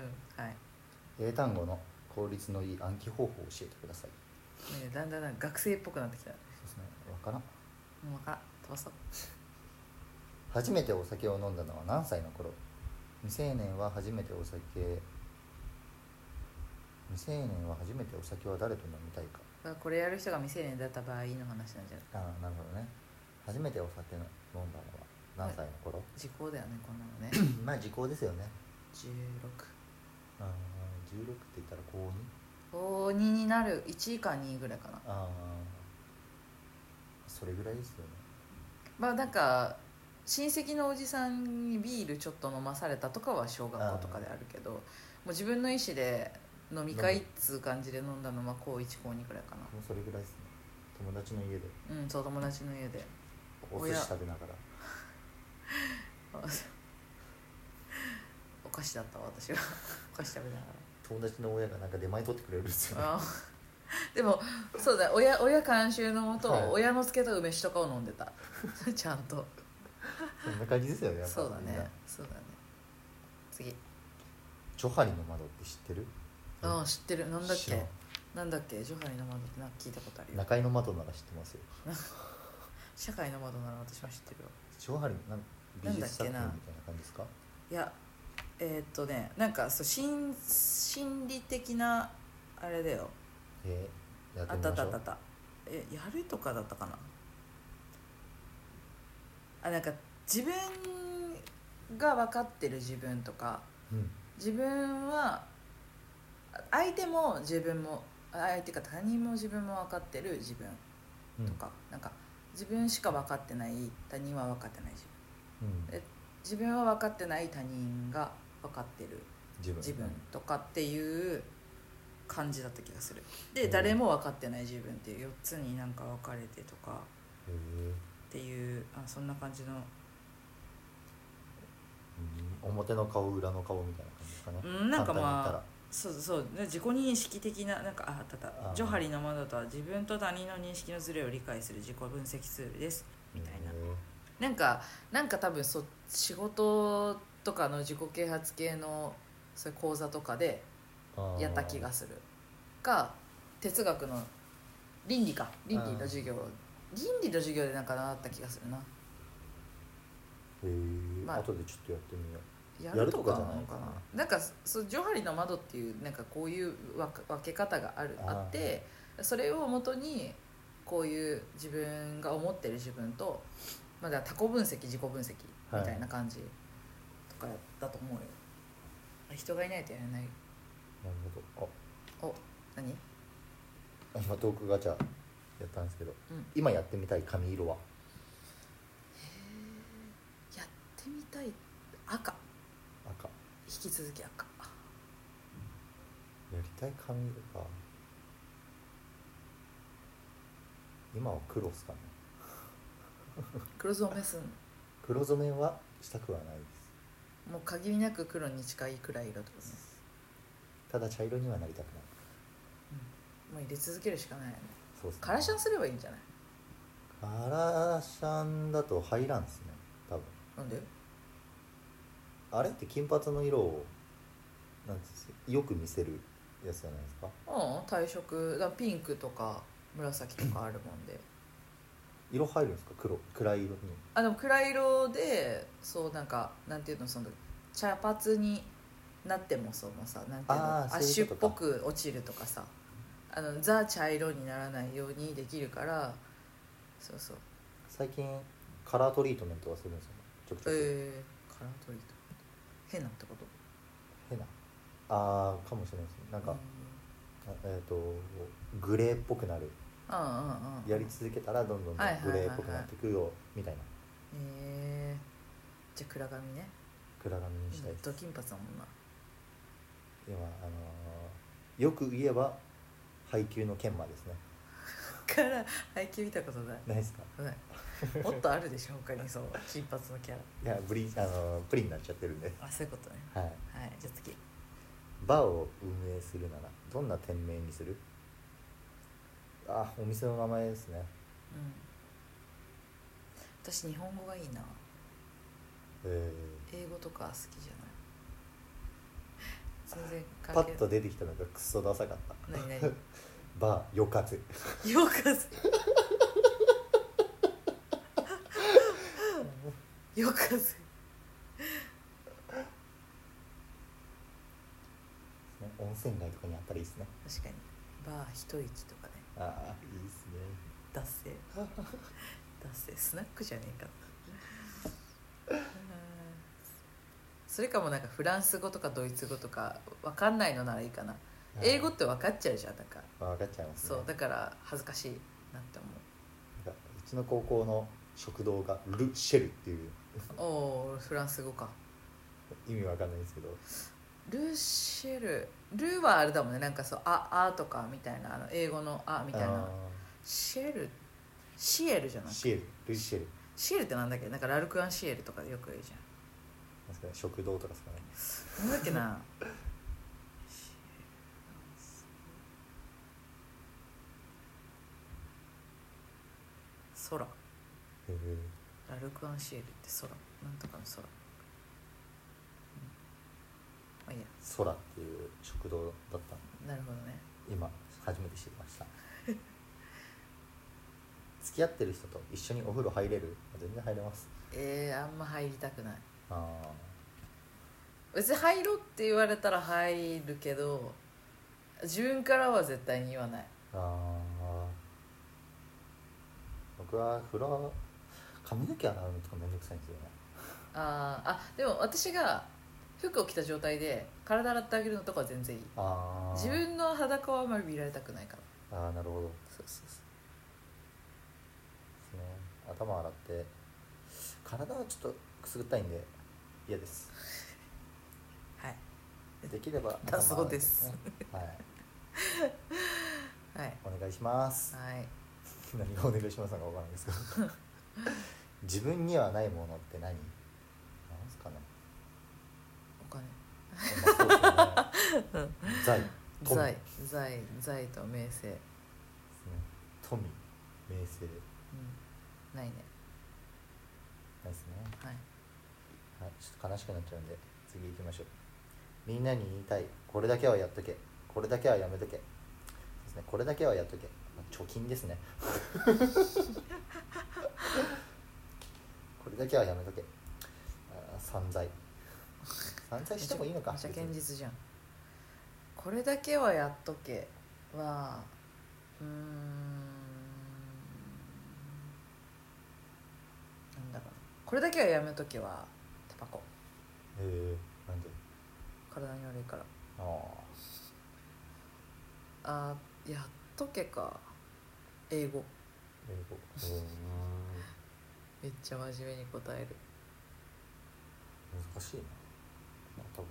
S1: はい
S2: 英単語の効率のいい暗記方法を教えてください
S1: ねだんだんなんか学生っぽくなってきたも
S2: そうですねわからん
S1: う分からん飛ばそう
S2: 初めてお酒を飲んだのは何歳の頃未成年は初めてお酒未成年は初めてお酒は誰と飲みたいか
S1: だからこれやる人が未成年だった場合の話なんじゃない
S2: ああなるほどね初めてお酒の飲んだのは何歳の頃、
S1: 時効だよねこんなのね
S2: まあ時効ですよね
S1: 16
S2: うん16って言ったら高 2?
S1: 高2になる1位か2位ぐらいかな
S2: ああそれぐらいですよね
S1: まあなんか親戚のおじさんにビールちょっと飲まされたとかは小学校とかであるけどもう自分の意思で飲み会っつう感じで飲んだのは高1高2ぐらいか
S2: もうそれぐらいですね友達の家で
S1: なうんそう友達の家で
S2: お寿
S1: おや
S2: 司食べながら
S1: あお菓子だったわ私は お菓子食べなが
S2: 友達の親がなんか出前取ってくれるんですよね
S1: らあ でもそうだ親親監修のもと、
S2: はい
S1: 親の漬けと梅酒とかを飲んで たちゃんと
S2: そんな感じですよねやっぱ
S1: そうだ
S2: みんな
S1: ねそうだね次
S2: チョハリの窓って知ってる
S1: ああ知ってるなんだっ
S2: 知ら
S1: けなんだっけジョハリの窓ってなんか聞いたことあるよ
S2: 中井の窓なら知ってますよ
S1: 社会の窓なら私は知ってるよ
S2: チョハリなん美術作品みた
S1: ないん
S2: な
S1: だっ
S2: 感じですか
S1: いやえーっとねなんかそう心心理的なあれだよ
S2: えー、やって
S1: あっ
S2: み
S1: たあ
S2: ま
S1: っ
S2: した
S1: あったあ
S2: ょう
S1: ったえやるとかだったかなあなんか自分が分かってる自分とか
S2: うん
S1: 自分は相手も自分も相手か他人も自分も分かってる自分
S2: うん
S1: とか、なんか自分しか分かってない他人は分かってない自分
S2: うん
S1: え自分は分かってない他人が分かってる
S2: 自分
S1: 自分とかっていう感じだった気がする
S2: う
S1: で
S2: ん
S1: 誰も分かってない自分っていう4つになんか分かれてとか
S2: へえ
S1: っていうあそんな感じの
S2: うん表の顔裏の顔みたいな感じですかね
S1: うんなんかまあ
S2: 簡単に
S1: そうそうね自己認識的ななんかああったあった
S2: あー
S1: ジョハリの窓とは自分と他人の認識のズレを理解する自己分析ツールですみ
S2: 言ったた
S1: い
S2: ら
S1: な
S2: へえ
S1: なんかなんか多分そう仕事とかの自己啓発系のそういう講座とかで
S2: あー
S1: やった気がするか哲学の倫理か倫理の授業倫理の授業でなんか習った気がするな
S2: へえ、
S1: まあ
S2: 後でちょっとやってみよう
S1: や
S2: や
S1: る
S2: る
S1: と
S2: と
S1: か
S2: か
S1: な
S2: じゃ
S1: の
S2: ない
S1: かななんかそう「ジョハリの窓」っていうなんかこういう分け分け方がある
S2: あー
S1: あってそれをもとにこういう自分が思ってる自分と、まあ、だから他己分析自己分析みたいな感じとかだと思うよ、人がいないとやれない
S2: なるほど
S1: お何
S2: あ今トークガチャやったんですけど、
S1: うん
S2: 今やってみたい髪色は
S1: やってみたい赤
S2: 赤
S1: 引き続き赤
S2: やりたい髪色か今は黒っすかね
S1: 黒染めすん
S2: 黒染めはしたくはないです
S1: もう限りなく黒に近いくらい色ってことね
S2: ただ茶色にはなりたくない
S1: もう入れ続けるしかないよね
S2: そうっすね
S1: カラシャンすればいいんじゃない
S2: カラシャンだと入らんっすね多分
S1: なんで
S2: あれって金髪の色をなんていうんですかよく見せるやつじゃないですか
S1: うん退色だからピンクとか紫とかあるもんで
S2: 色入るんですか黒暗い色に
S1: あでも暗い色でそうなんかなんていうのその茶髪になってもそのさなんていうの
S2: あー
S1: アッ
S2: そうい
S1: シ
S2: う
S1: ュ
S2: こ
S1: っ
S2: と
S1: ぽ
S2: か
S1: く落ちるとかさあのザ茶色にならないようにできるからそうそう
S2: 最近カラートリートメントはするんですよねちょくちょく、
S1: えー、カラートリート変なってこと
S2: 変なああかもしれないですねなんか、
S1: うん
S2: あえっ、とグレーっぽくなる
S1: うんうんうん
S2: やり続けたらどんどんどん
S1: はいはいはい
S2: グ
S1: はい
S2: レーっぽくなってくよみたいな
S1: えー、じゃあ暗髪ね
S2: 暗髪にしたいです
S1: ドキンパツだもんな
S2: 今あのーよく言えば配給の研磨ですね
S1: から配球見たことない
S2: ないですか
S1: ないもっとあるでしょ他にそう金髪のキャラ
S2: いやブリあのープリになっちゃってるんで、
S1: あそういうことね
S2: はい、
S1: はいじゃあ次
S2: バーを運営するならどんな店名にするあお店の名前ですね
S1: うん私日本語がいいな
S2: え
S1: 英語とか好きじゃない全然
S2: ー、
S1: 関
S2: パ
S1: 係
S2: ッと出てきたのがクソダサかった
S1: 何何よ
S2: バーよかつ
S1: う かずよかず
S2: ね温泉街とかにあったらいいですね
S1: 確かにバー一息とかね
S2: ああいいですね
S1: 脱 線脱線スナックじゃねえかうんそれかもなんかフランス語とかドイツ語とかわかんないのならいいかな英語って分かっちゃうじゃんなんか
S2: まあ分かっちゃいますね
S1: そうだから恥ずかしいなって
S2: なんかうちの高校の食堂がル・シェルっていう
S1: 思うおおーフランス語か
S2: 意味わかんないんですけど
S1: ルーシェルルーはあれだもんねなんかそう「あ」あとかみたいなあの英語の「あ」みたいなシェルシエルじゃ
S2: あ
S1: な
S2: ー
S1: い
S2: シェルル・シェル
S1: シエルってなんだっけなんかラルクアンシエルとかでよく言うじゃん
S2: なんですかね食堂とかですかね
S1: なんだっけな空
S2: へえ
S1: ラルクアンシエルって空なんとかの空、うん、まあいいや
S2: 空っていう食堂だったの
S1: なるほどね
S2: 今初めて知りま した付き合ってる人と一緒にお風呂入れる全然入れます
S1: えー、あんま入りたくない
S2: ああ
S1: 別に入ろうって言われたら入るけど自分からは絶対に言わない
S2: あー僕は風呂髪の毛洗うのとかめんどくさいんですよね
S1: あーあでも私が服を着た状態で体洗ってあげるのとかは全然いい
S2: ああ
S1: 自分の裸はあまり見られたくないから
S2: ああなるほどで
S1: そうそうそ
S2: すね頭洗って体はちょっとくすぐったいんで嫌です
S1: うはい
S2: できれば
S1: だ
S2: 頭洗
S1: そう
S2: って
S1: です
S2: はい
S1: はい
S2: お願いします
S1: はい
S2: 何がお願いしますのかわからないですけど 自分にはないものって何なんす かね
S1: お金
S2: まあそうですね財富
S1: 財
S2: ですね
S1: 財財と名声、
S2: 富名
S1: う
S2: 声
S1: ん、ないね
S2: なんですね
S1: はい
S2: はいちょっと悲しくなっちゃうんで次行きましょうみんなに言いたいこれだけはやっとけこれだけはやめとけですねこれだけはやっとけ貯金ですね これだけはやめとけあー散財散財してもいいのか
S1: めっちゃ
S2: 別に
S1: 堅実じゃんこれだけはやっとけはうーんなんだろうなこれだけはやめとけはタバコ
S2: えー、なんで
S1: 体に悪いから
S2: あ
S1: あ
S2: あ
S1: ーやっとけか英語
S2: 英語うーん
S1: めっちゃ真面目に答える
S2: 難しいなまあ多分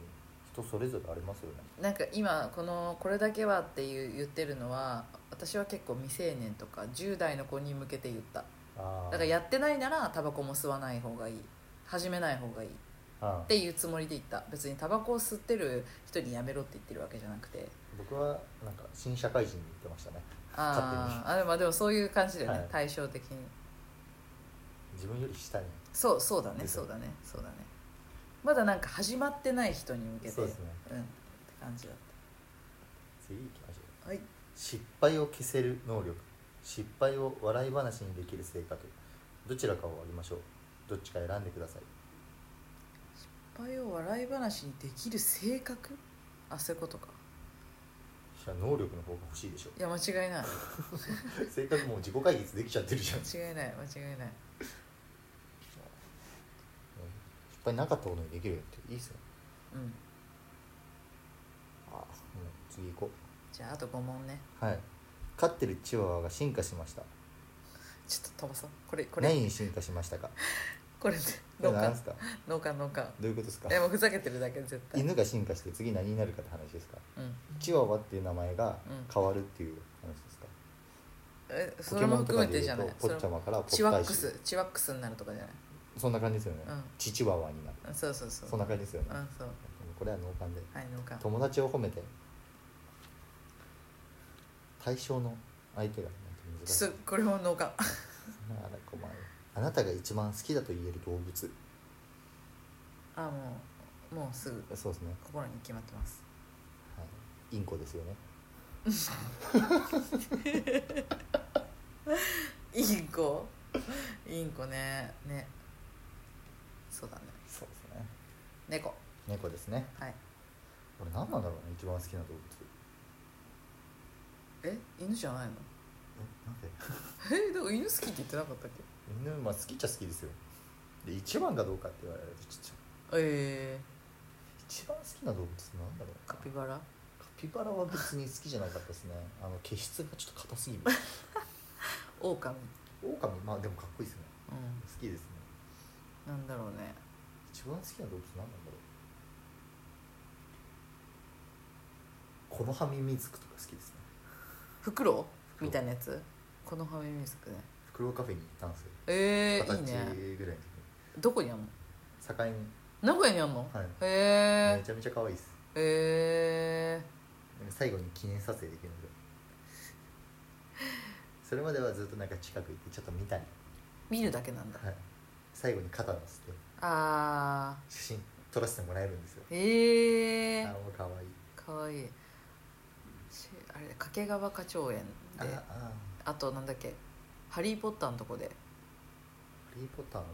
S2: 人それぞれありますよね
S1: なんか今この「これだけは」っていう言ってるのは私は結構未成年とか10代の子に向けて言った
S2: あ
S1: だ
S2: あ
S1: からやってないならタバコも吸わない方がいい始めない方がいい
S2: うん
S1: っていうつもりで言った別にタバコを吸ってる人にやめろって言ってるわけじゃなくて
S2: 僕はなんか新社会人に言ってましたね
S1: あーあでもでもそういう感じだよね、
S2: はい
S1: 対照的に
S2: 自分より下に
S1: そうそうだね
S2: です
S1: そ
S2: よ
S1: うだねそうだねまだなんか始まってない人に向けて
S2: そうですね
S1: うんって感じだっ
S2: 次行きましょう
S1: たはい
S2: 失敗を消せる能力失敗を笑い話にできる性格どちらかをあげましょうどっちか選んでください
S1: 失敗を笑い話にできる性格あそういうことか
S2: いや能力の方が欲しいでしょ
S1: いや間違いない
S2: 性格もう自己解決できちゃってるじゃん失
S1: 間違いない間違いない
S2: 敗なかったことにできるよっていいっすよ
S1: うん
S2: あもう次行こ
S1: じゃああと5問ね
S2: うはい飼ってるチワワが進化しました
S1: ちょっと飛ばそうこれこれ
S2: 何に進化しましたか
S1: これね
S2: こ
S1: 農
S2: れ何
S1: 家
S2: ですか
S1: 農家農家
S2: どういうことですか
S1: えもうふざけてるだけ絶対
S2: 犬が進化して次何になるかって話ですか
S1: うん
S2: チワワっていう名前
S1: う
S2: が
S1: ん
S2: 変わるっていう話ですか、
S1: えそれ
S2: ポケ
S1: も
S2: モンと
S1: 含
S2: か
S1: めて
S2: でい
S1: じ
S2: う
S1: ゃない
S2: と
S1: そ
S2: ポ
S1: れ
S2: ッチャマからポ
S1: チ
S2: ッ
S1: ワ
S2: タ
S1: ッ
S2: イ
S1: ク
S2: シ
S1: スチワックスになるとかじゃない
S2: そんな感じですよね、
S1: うん
S2: チチワワになる
S1: うんそうそうそう
S2: そんな感じですよね、
S1: うんそう
S2: これは脳幹で
S1: はい農家
S2: 友達を褒めて対象の相手がなんて難しい
S1: すこれも農家
S2: あら困るあなたが一番好きだと言える動物
S1: あもうもうすぐ
S2: そうですね、
S1: 心に決まってます
S2: はい、インコですよね
S1: インコインコねねそうだね
S2: そうですね
S1: 猫
S2: 猫ですね
S1: はい
S2: 俺何なんだろうね一番好きな動物
S1: え犬じゃないの
S2: えなん で
S1: えでも犬好きって言ってなかったっけ
S2: 犬まあ好きっちゃ好きですよで一番かどうかって言われるとちょっと
S1: え
S2: 一番好きな動物ってなんだろう
S1: ー、カピバラ
S2: カピバラは別に好きじゃなかったですねあの毛質がちょっと硬すぎる
S1: オオカミ
S2: オオカミまあでもかっこいいですね
S1: うん
S2: 好きですね
S1: なんだろうね
S2: 一番好きな動物なんなんだろうこのハミミズクとか好きですね
S1: フクロウ
S2: フクロウ
S1: みたいなやつこのハミミズクね
S2: フクロウカフェに行ったんですよ
S1: え
S2: 二
S1: ー、いい
S2: 十
S1: ね
S2: 歳ぐらいの
S1: どこにあんの
S2: 時に境
S1: 名古屋にあんの、
S2: はい
S1: へえ
S2: にめちゃめちゃ可愛いです
S1: へえ
S2: なんか最後に記念撮影できるのでそれまではずっとなんか近く行ってちょっと見たり、
S1: 見るだけなんだ、
S2: はい、最後に肩乗せて
S1: あ
S2: 写真撮らせてもらえるんですよ
S1: ーへ
S2: あ
S1: え
S2: ーもう可愛い
S1: かわいいしあれ掛川花鳥園
S2: あ
S1: で
S2: ー
S1: あ
S2: あ
S1: となんだっけ「ハリー・ポッター」のとこで
S2: ーハリー・ポッターの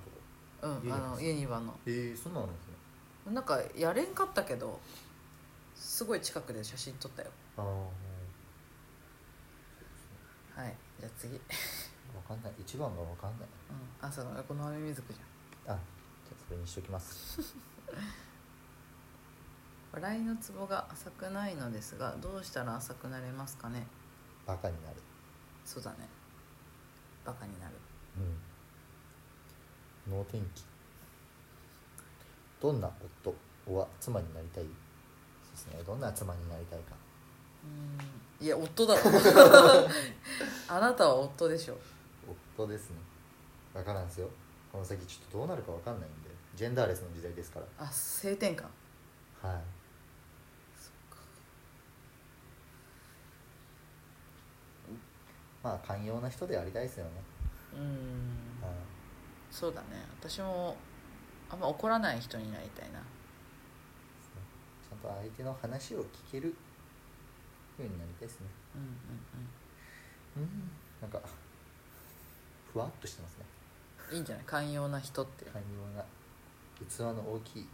S2: と
S1: うん
S2: こユニバ
S1: あ
S2: で
S1: の
S2: す
S1: ユニバの
S2: えー、そんなのあるんですね
S1: なんかやれんかったけどすごい近くで写真撮ったよ
S2: ああ
S1: はいじゃあ次、うん、
S2: 分かんない一番が分かんない
S1: あそうだこのハミミズクじゃん
S2: あじゃあそれにしときます
S1: 笑いのツボが浅くないのですがどうしたら浅くなれますかね
S2: バカになる
S1: そうだねバカになる
S2: うん能天気どんな夫は妻になりたいそうですねどんな妻になりたいか
S1: うんいや夫だろ あなたは夫でしょ
S2: 夫ですね分からんすよこの先ちょっとどうなるか分かんないんでジェンダーレスの時代ですか
S1: あ性転換
S2: らはいまあ寛容な人でありたいですよね、
S1: うん
S2: はい
S1: そうだね私もあんま怒らない人になりたいな
S2: ちゃんと相手の話を聞けるようになりたいですね
S1: うんうん
S2: うんなんかふわっとしてますね
S1: うんいいんじゃない寛容な人って
S2: 寛容な器の大きい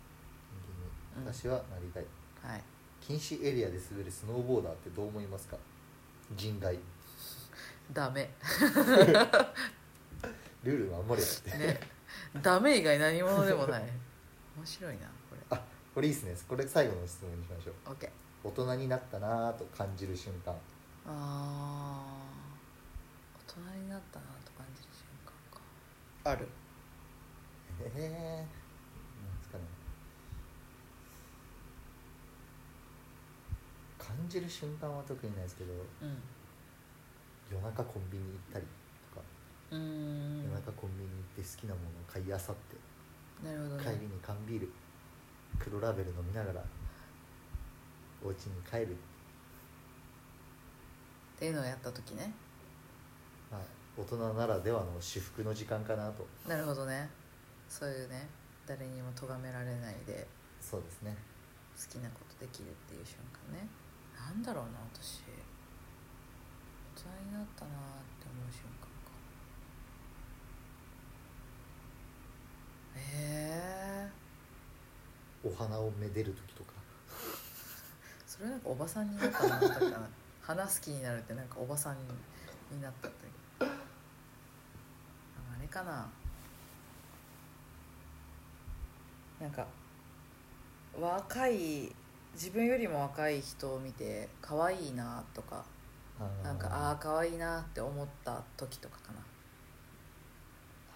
S1: う
S2: 人間
S1: ん
S2: に私はなりたい、
S1: はい
S2: 禁止エリアで滑るスノーボーダーってどう思いますか人外
S1: ダメ
S2: ルール守れよって、
S1: ねダメ以外何者でもない面白いなこれ
S2: あこれいいですねこれ最後の質問にしましょう
S1: OK
S2: 大人になったなぁと感じる瞬間
S1: あー大人になったなと感じる瞬間かある
S2: ええー、なんですかね感じる瞬間は特にないですけど
S1: うん
S2: 夜中コンビニ行ったりとか、
S1: うーん
S2: 夜中コンビニ行って好きなものを買い漁って
S1: なるほどね
S2: 帰りに缶ビール黒ラベル飲みながらお家に帰る、
S1: っていうのをやった時ね
S2: まあ、大人ならではの至福の時間かなと
S1: なるほどねそういうね誰にも咎められないで
S2: そうですね
S1: 好きなことできるっていう瞬間ねなんだろうな私大人になったなって思う瞬間かええ
S2: お花をめでる時とか
S1: それなんかおばさんになったなだから花好きになるってなんかおばさんになったってあれかななんか若い自分よりも若い人を見て可愛いなとか
S2: あー
S1: なんかああー可愛いなって思った時とかかな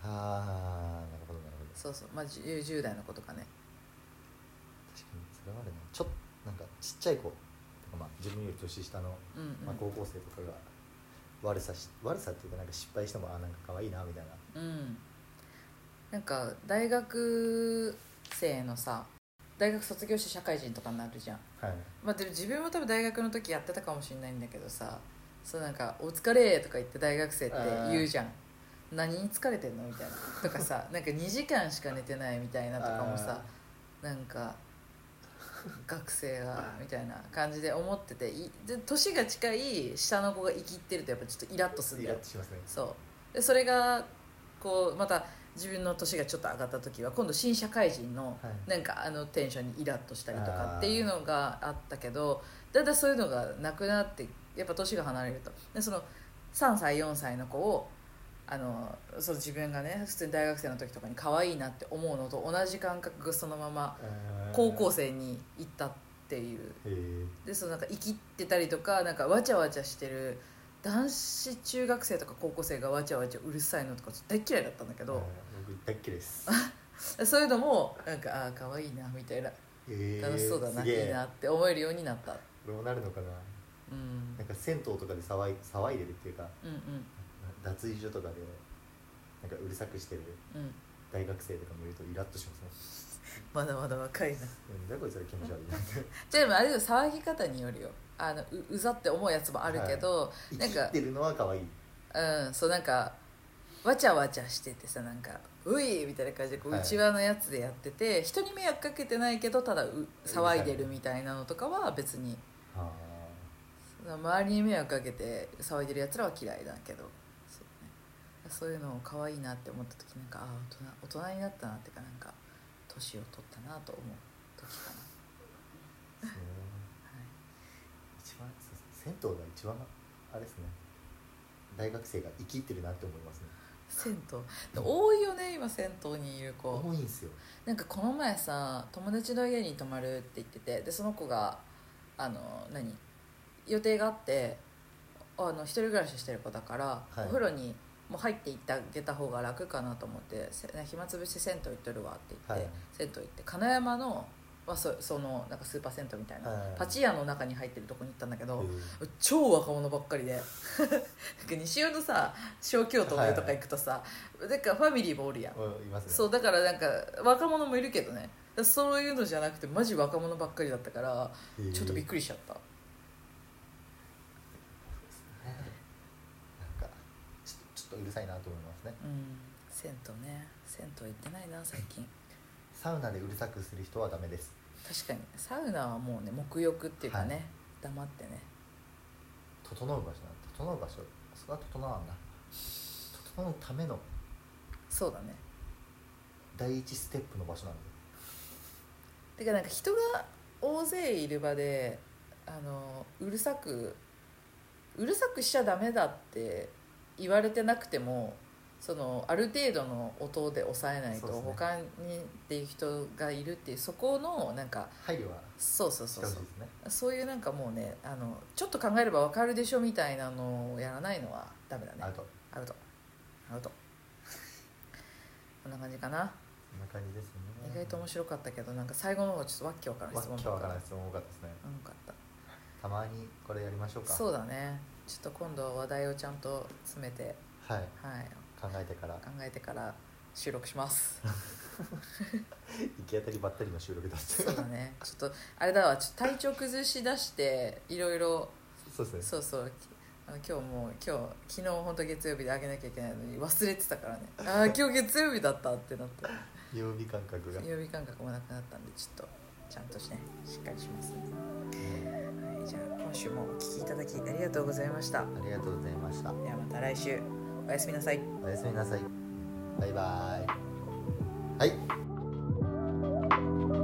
S2: あーなるほどなるほど
S1: そうそうまあ 10, 10代の子とかね
S2: 確かにそれはあるねちょっとなんかちっちゃい子とかまあ自分より年下の、
S1: うんうん、
S2: まあ、高校生とかが悪さし悪さっていうかなんか失敗してもあーなんか可愛いなみたいな
S1: うん、なんか大学生のさ大学卒業して社会人とかになるじゃん、
S2: はい
S1: まあ、でも自分は多分大学の時やってたかもしれないんだけどさそうなんか「お疲れ」とか言って大学生って言うじゃん何に疲れてんのみたいなとか さなんか2時間しか寝てないみたいなとかもさなんか学生がみたいな感じで思ってていで年が近い下の子が生きってるとやっぱちょっとイラッとするん
S2: イ
S1: だ
S2: ラ
S1: よ
S2: ッとしますね
S1: そうでそれがこうまた自分の年がちょっと上がった時は今度新社会人の
S2: はい
S1: なんかあのテンションにイラッとしたりとか
S2: あー
S1: っていうのがあったけどだいたいそういうのがなくなってやっぱ年が離れるとでその3歳4歳の子をあのそう自分がね普通に大学生の時とかに可愛いなって思うのと同じ感覚がそのまま
S2: あー
S1: 高校生に行ったっていう
S2: へえ
S1: でそのなんか生きってたりとかなんかわちゃわちゃしてる男子中学生とか高校生がわちゃわちゃうるさいのとか大っ嫌いだったんだけど、
S2: うん僕大っ嫌いです
S1: そういうのもなんかああ可愛いなみたいな
S2: へえ
S1: 楽しそうだな、
S2: すげえ
S1: いいなって思えるようになった、
S2: 俺もなるのかな
S1: うん、
S2: なんか銭湯とかで騒い騒いでるっていうか
S1: うんうん
S2: 脱衣所とかでなんかうるさくしてる
S1: うん
S2: 大学生とかもいるとイラッとしますね
S1: まだまだ若いな
S2: なんだこいつら気持ち悪いな
S1: じゃあでもあれでも騒ぎ方によるよあのううざって思うやつもあるけど、なん
S2: 生
S1: か
S2: きてるのは可愛い
S1: うんそうなんかわちゃわちゃしててさなんか「うい!」みたいな感じでこう
S2: はいう
S1: ちわのやつでやってて、人に迷惑かけてないけどただう騒いでるみたいなのとかは別に
S2: は
S1: 周りに迷惑かけて騒いでるやつらは嫌いだけどそう,、ね、そういうのを可愛いなって思った時なんかああ大人大人になったなっていうかなんか年を取ったなと思う時かな、
S2: あ、そう
S1: はい、
S2: 一番そう銭湯が一番あれですね大学生が生きってるなって思いますね
S1: 銭湯多いよね今銭湯にいる子
S2: 多いんですよ
S1: なんかこの前さ友達の家に泊まるって言っててでその子があの何予定があってあの一人暮らししてる子だから、
S2: はい
S1: お風呂にもう入っていってあげた方が楽かなと思ってせ暇つぶし銭湯行っとるわって言って、
S2: はい
S1: 銭湯行って金山の、まあ、そそのなんかスーパー銭湯みたいな、
S2: はい
S1: パチ屋の中に入ってるとこに行ったんだけど、
S2: うん
S1: 超若者ばっかりで なんか西尾のさ小京都のとか行くとさ、なんかファミリーもおるやん
S2: いますね
S1: そうだからなんか若者もいるけどねだからそういうのじゃなくてマジ若者ばっかりだったから
S2: へえ
S1: ちょっとびっくりしちゃった、
S2: なんかちょっとちょっとうるさいなと思いますね
S1: うん銭湯ね銭湯行ってないな最近
S2: サウナでうるさくする人はダメです
S1: 確かにサウナはもうね沐浴っていうかね、
S2: はい
S1: 黙ってね
S2: 整う場所なん整う場所そこは整わんな整うための
S1: そうだね
S2: 第一ステップの場所なんで
S1: てかなんか人が大勢いる場であのうるさくうるさくしちゃダメだって言われてなくてもそのある程度の音で抑えないと
S2: そうですね
S1: 他にっていう人がいるっていうそこのなんか
S2: 配慮は
S1: そうそう
S2: し
S1: そ
S2: て
S1: う
S2: ほし
S1: そ
S2: いうですね
S1: そういうなんかもうねあのちょっと考えればわかるでしょみたいなのをやらないのはダメだ
S2: アウ
S1: ね
S2: ト
S1: アウトアウトこんな感じかな
S2: そんな感じですね
S1: 意外と面白かったけどなんか最後の方ちょっとわっけわからん質問
S2: わけ
S1: ば
S2: わ
S1: っ
S2: か
S1: からり
S2: ない質問多かったですね
S1: うんよかった
S2: たまにこれやりましょうか
S1: そうだねちょっと今度は話題をちゃんと詰めて、
S2: はい
S1: はい、
S2: 考えてから
S1: 考えてから収録します
S2: 行き当たりばったりの収録だって
S1: そうだねちょっとあれだわちょっと体調崩しだしていろいろ
S2: そうですね
S1: そうそうあの今日もう今日昨日本当月曜日であげなきゃいけないのに忘れてたからね ああ今日月曜日だったってなって
S2: 曜日感覚が
S1: 曜日感覚もなくなったんでちょっとちゃんとしねしっかりします、はい、じゃあ今週もお聞きいただきありがとうございました
S2: ありがとうございました
S1: ではまた来週おやすみなさい
S2: おやすみなさいバイバイはい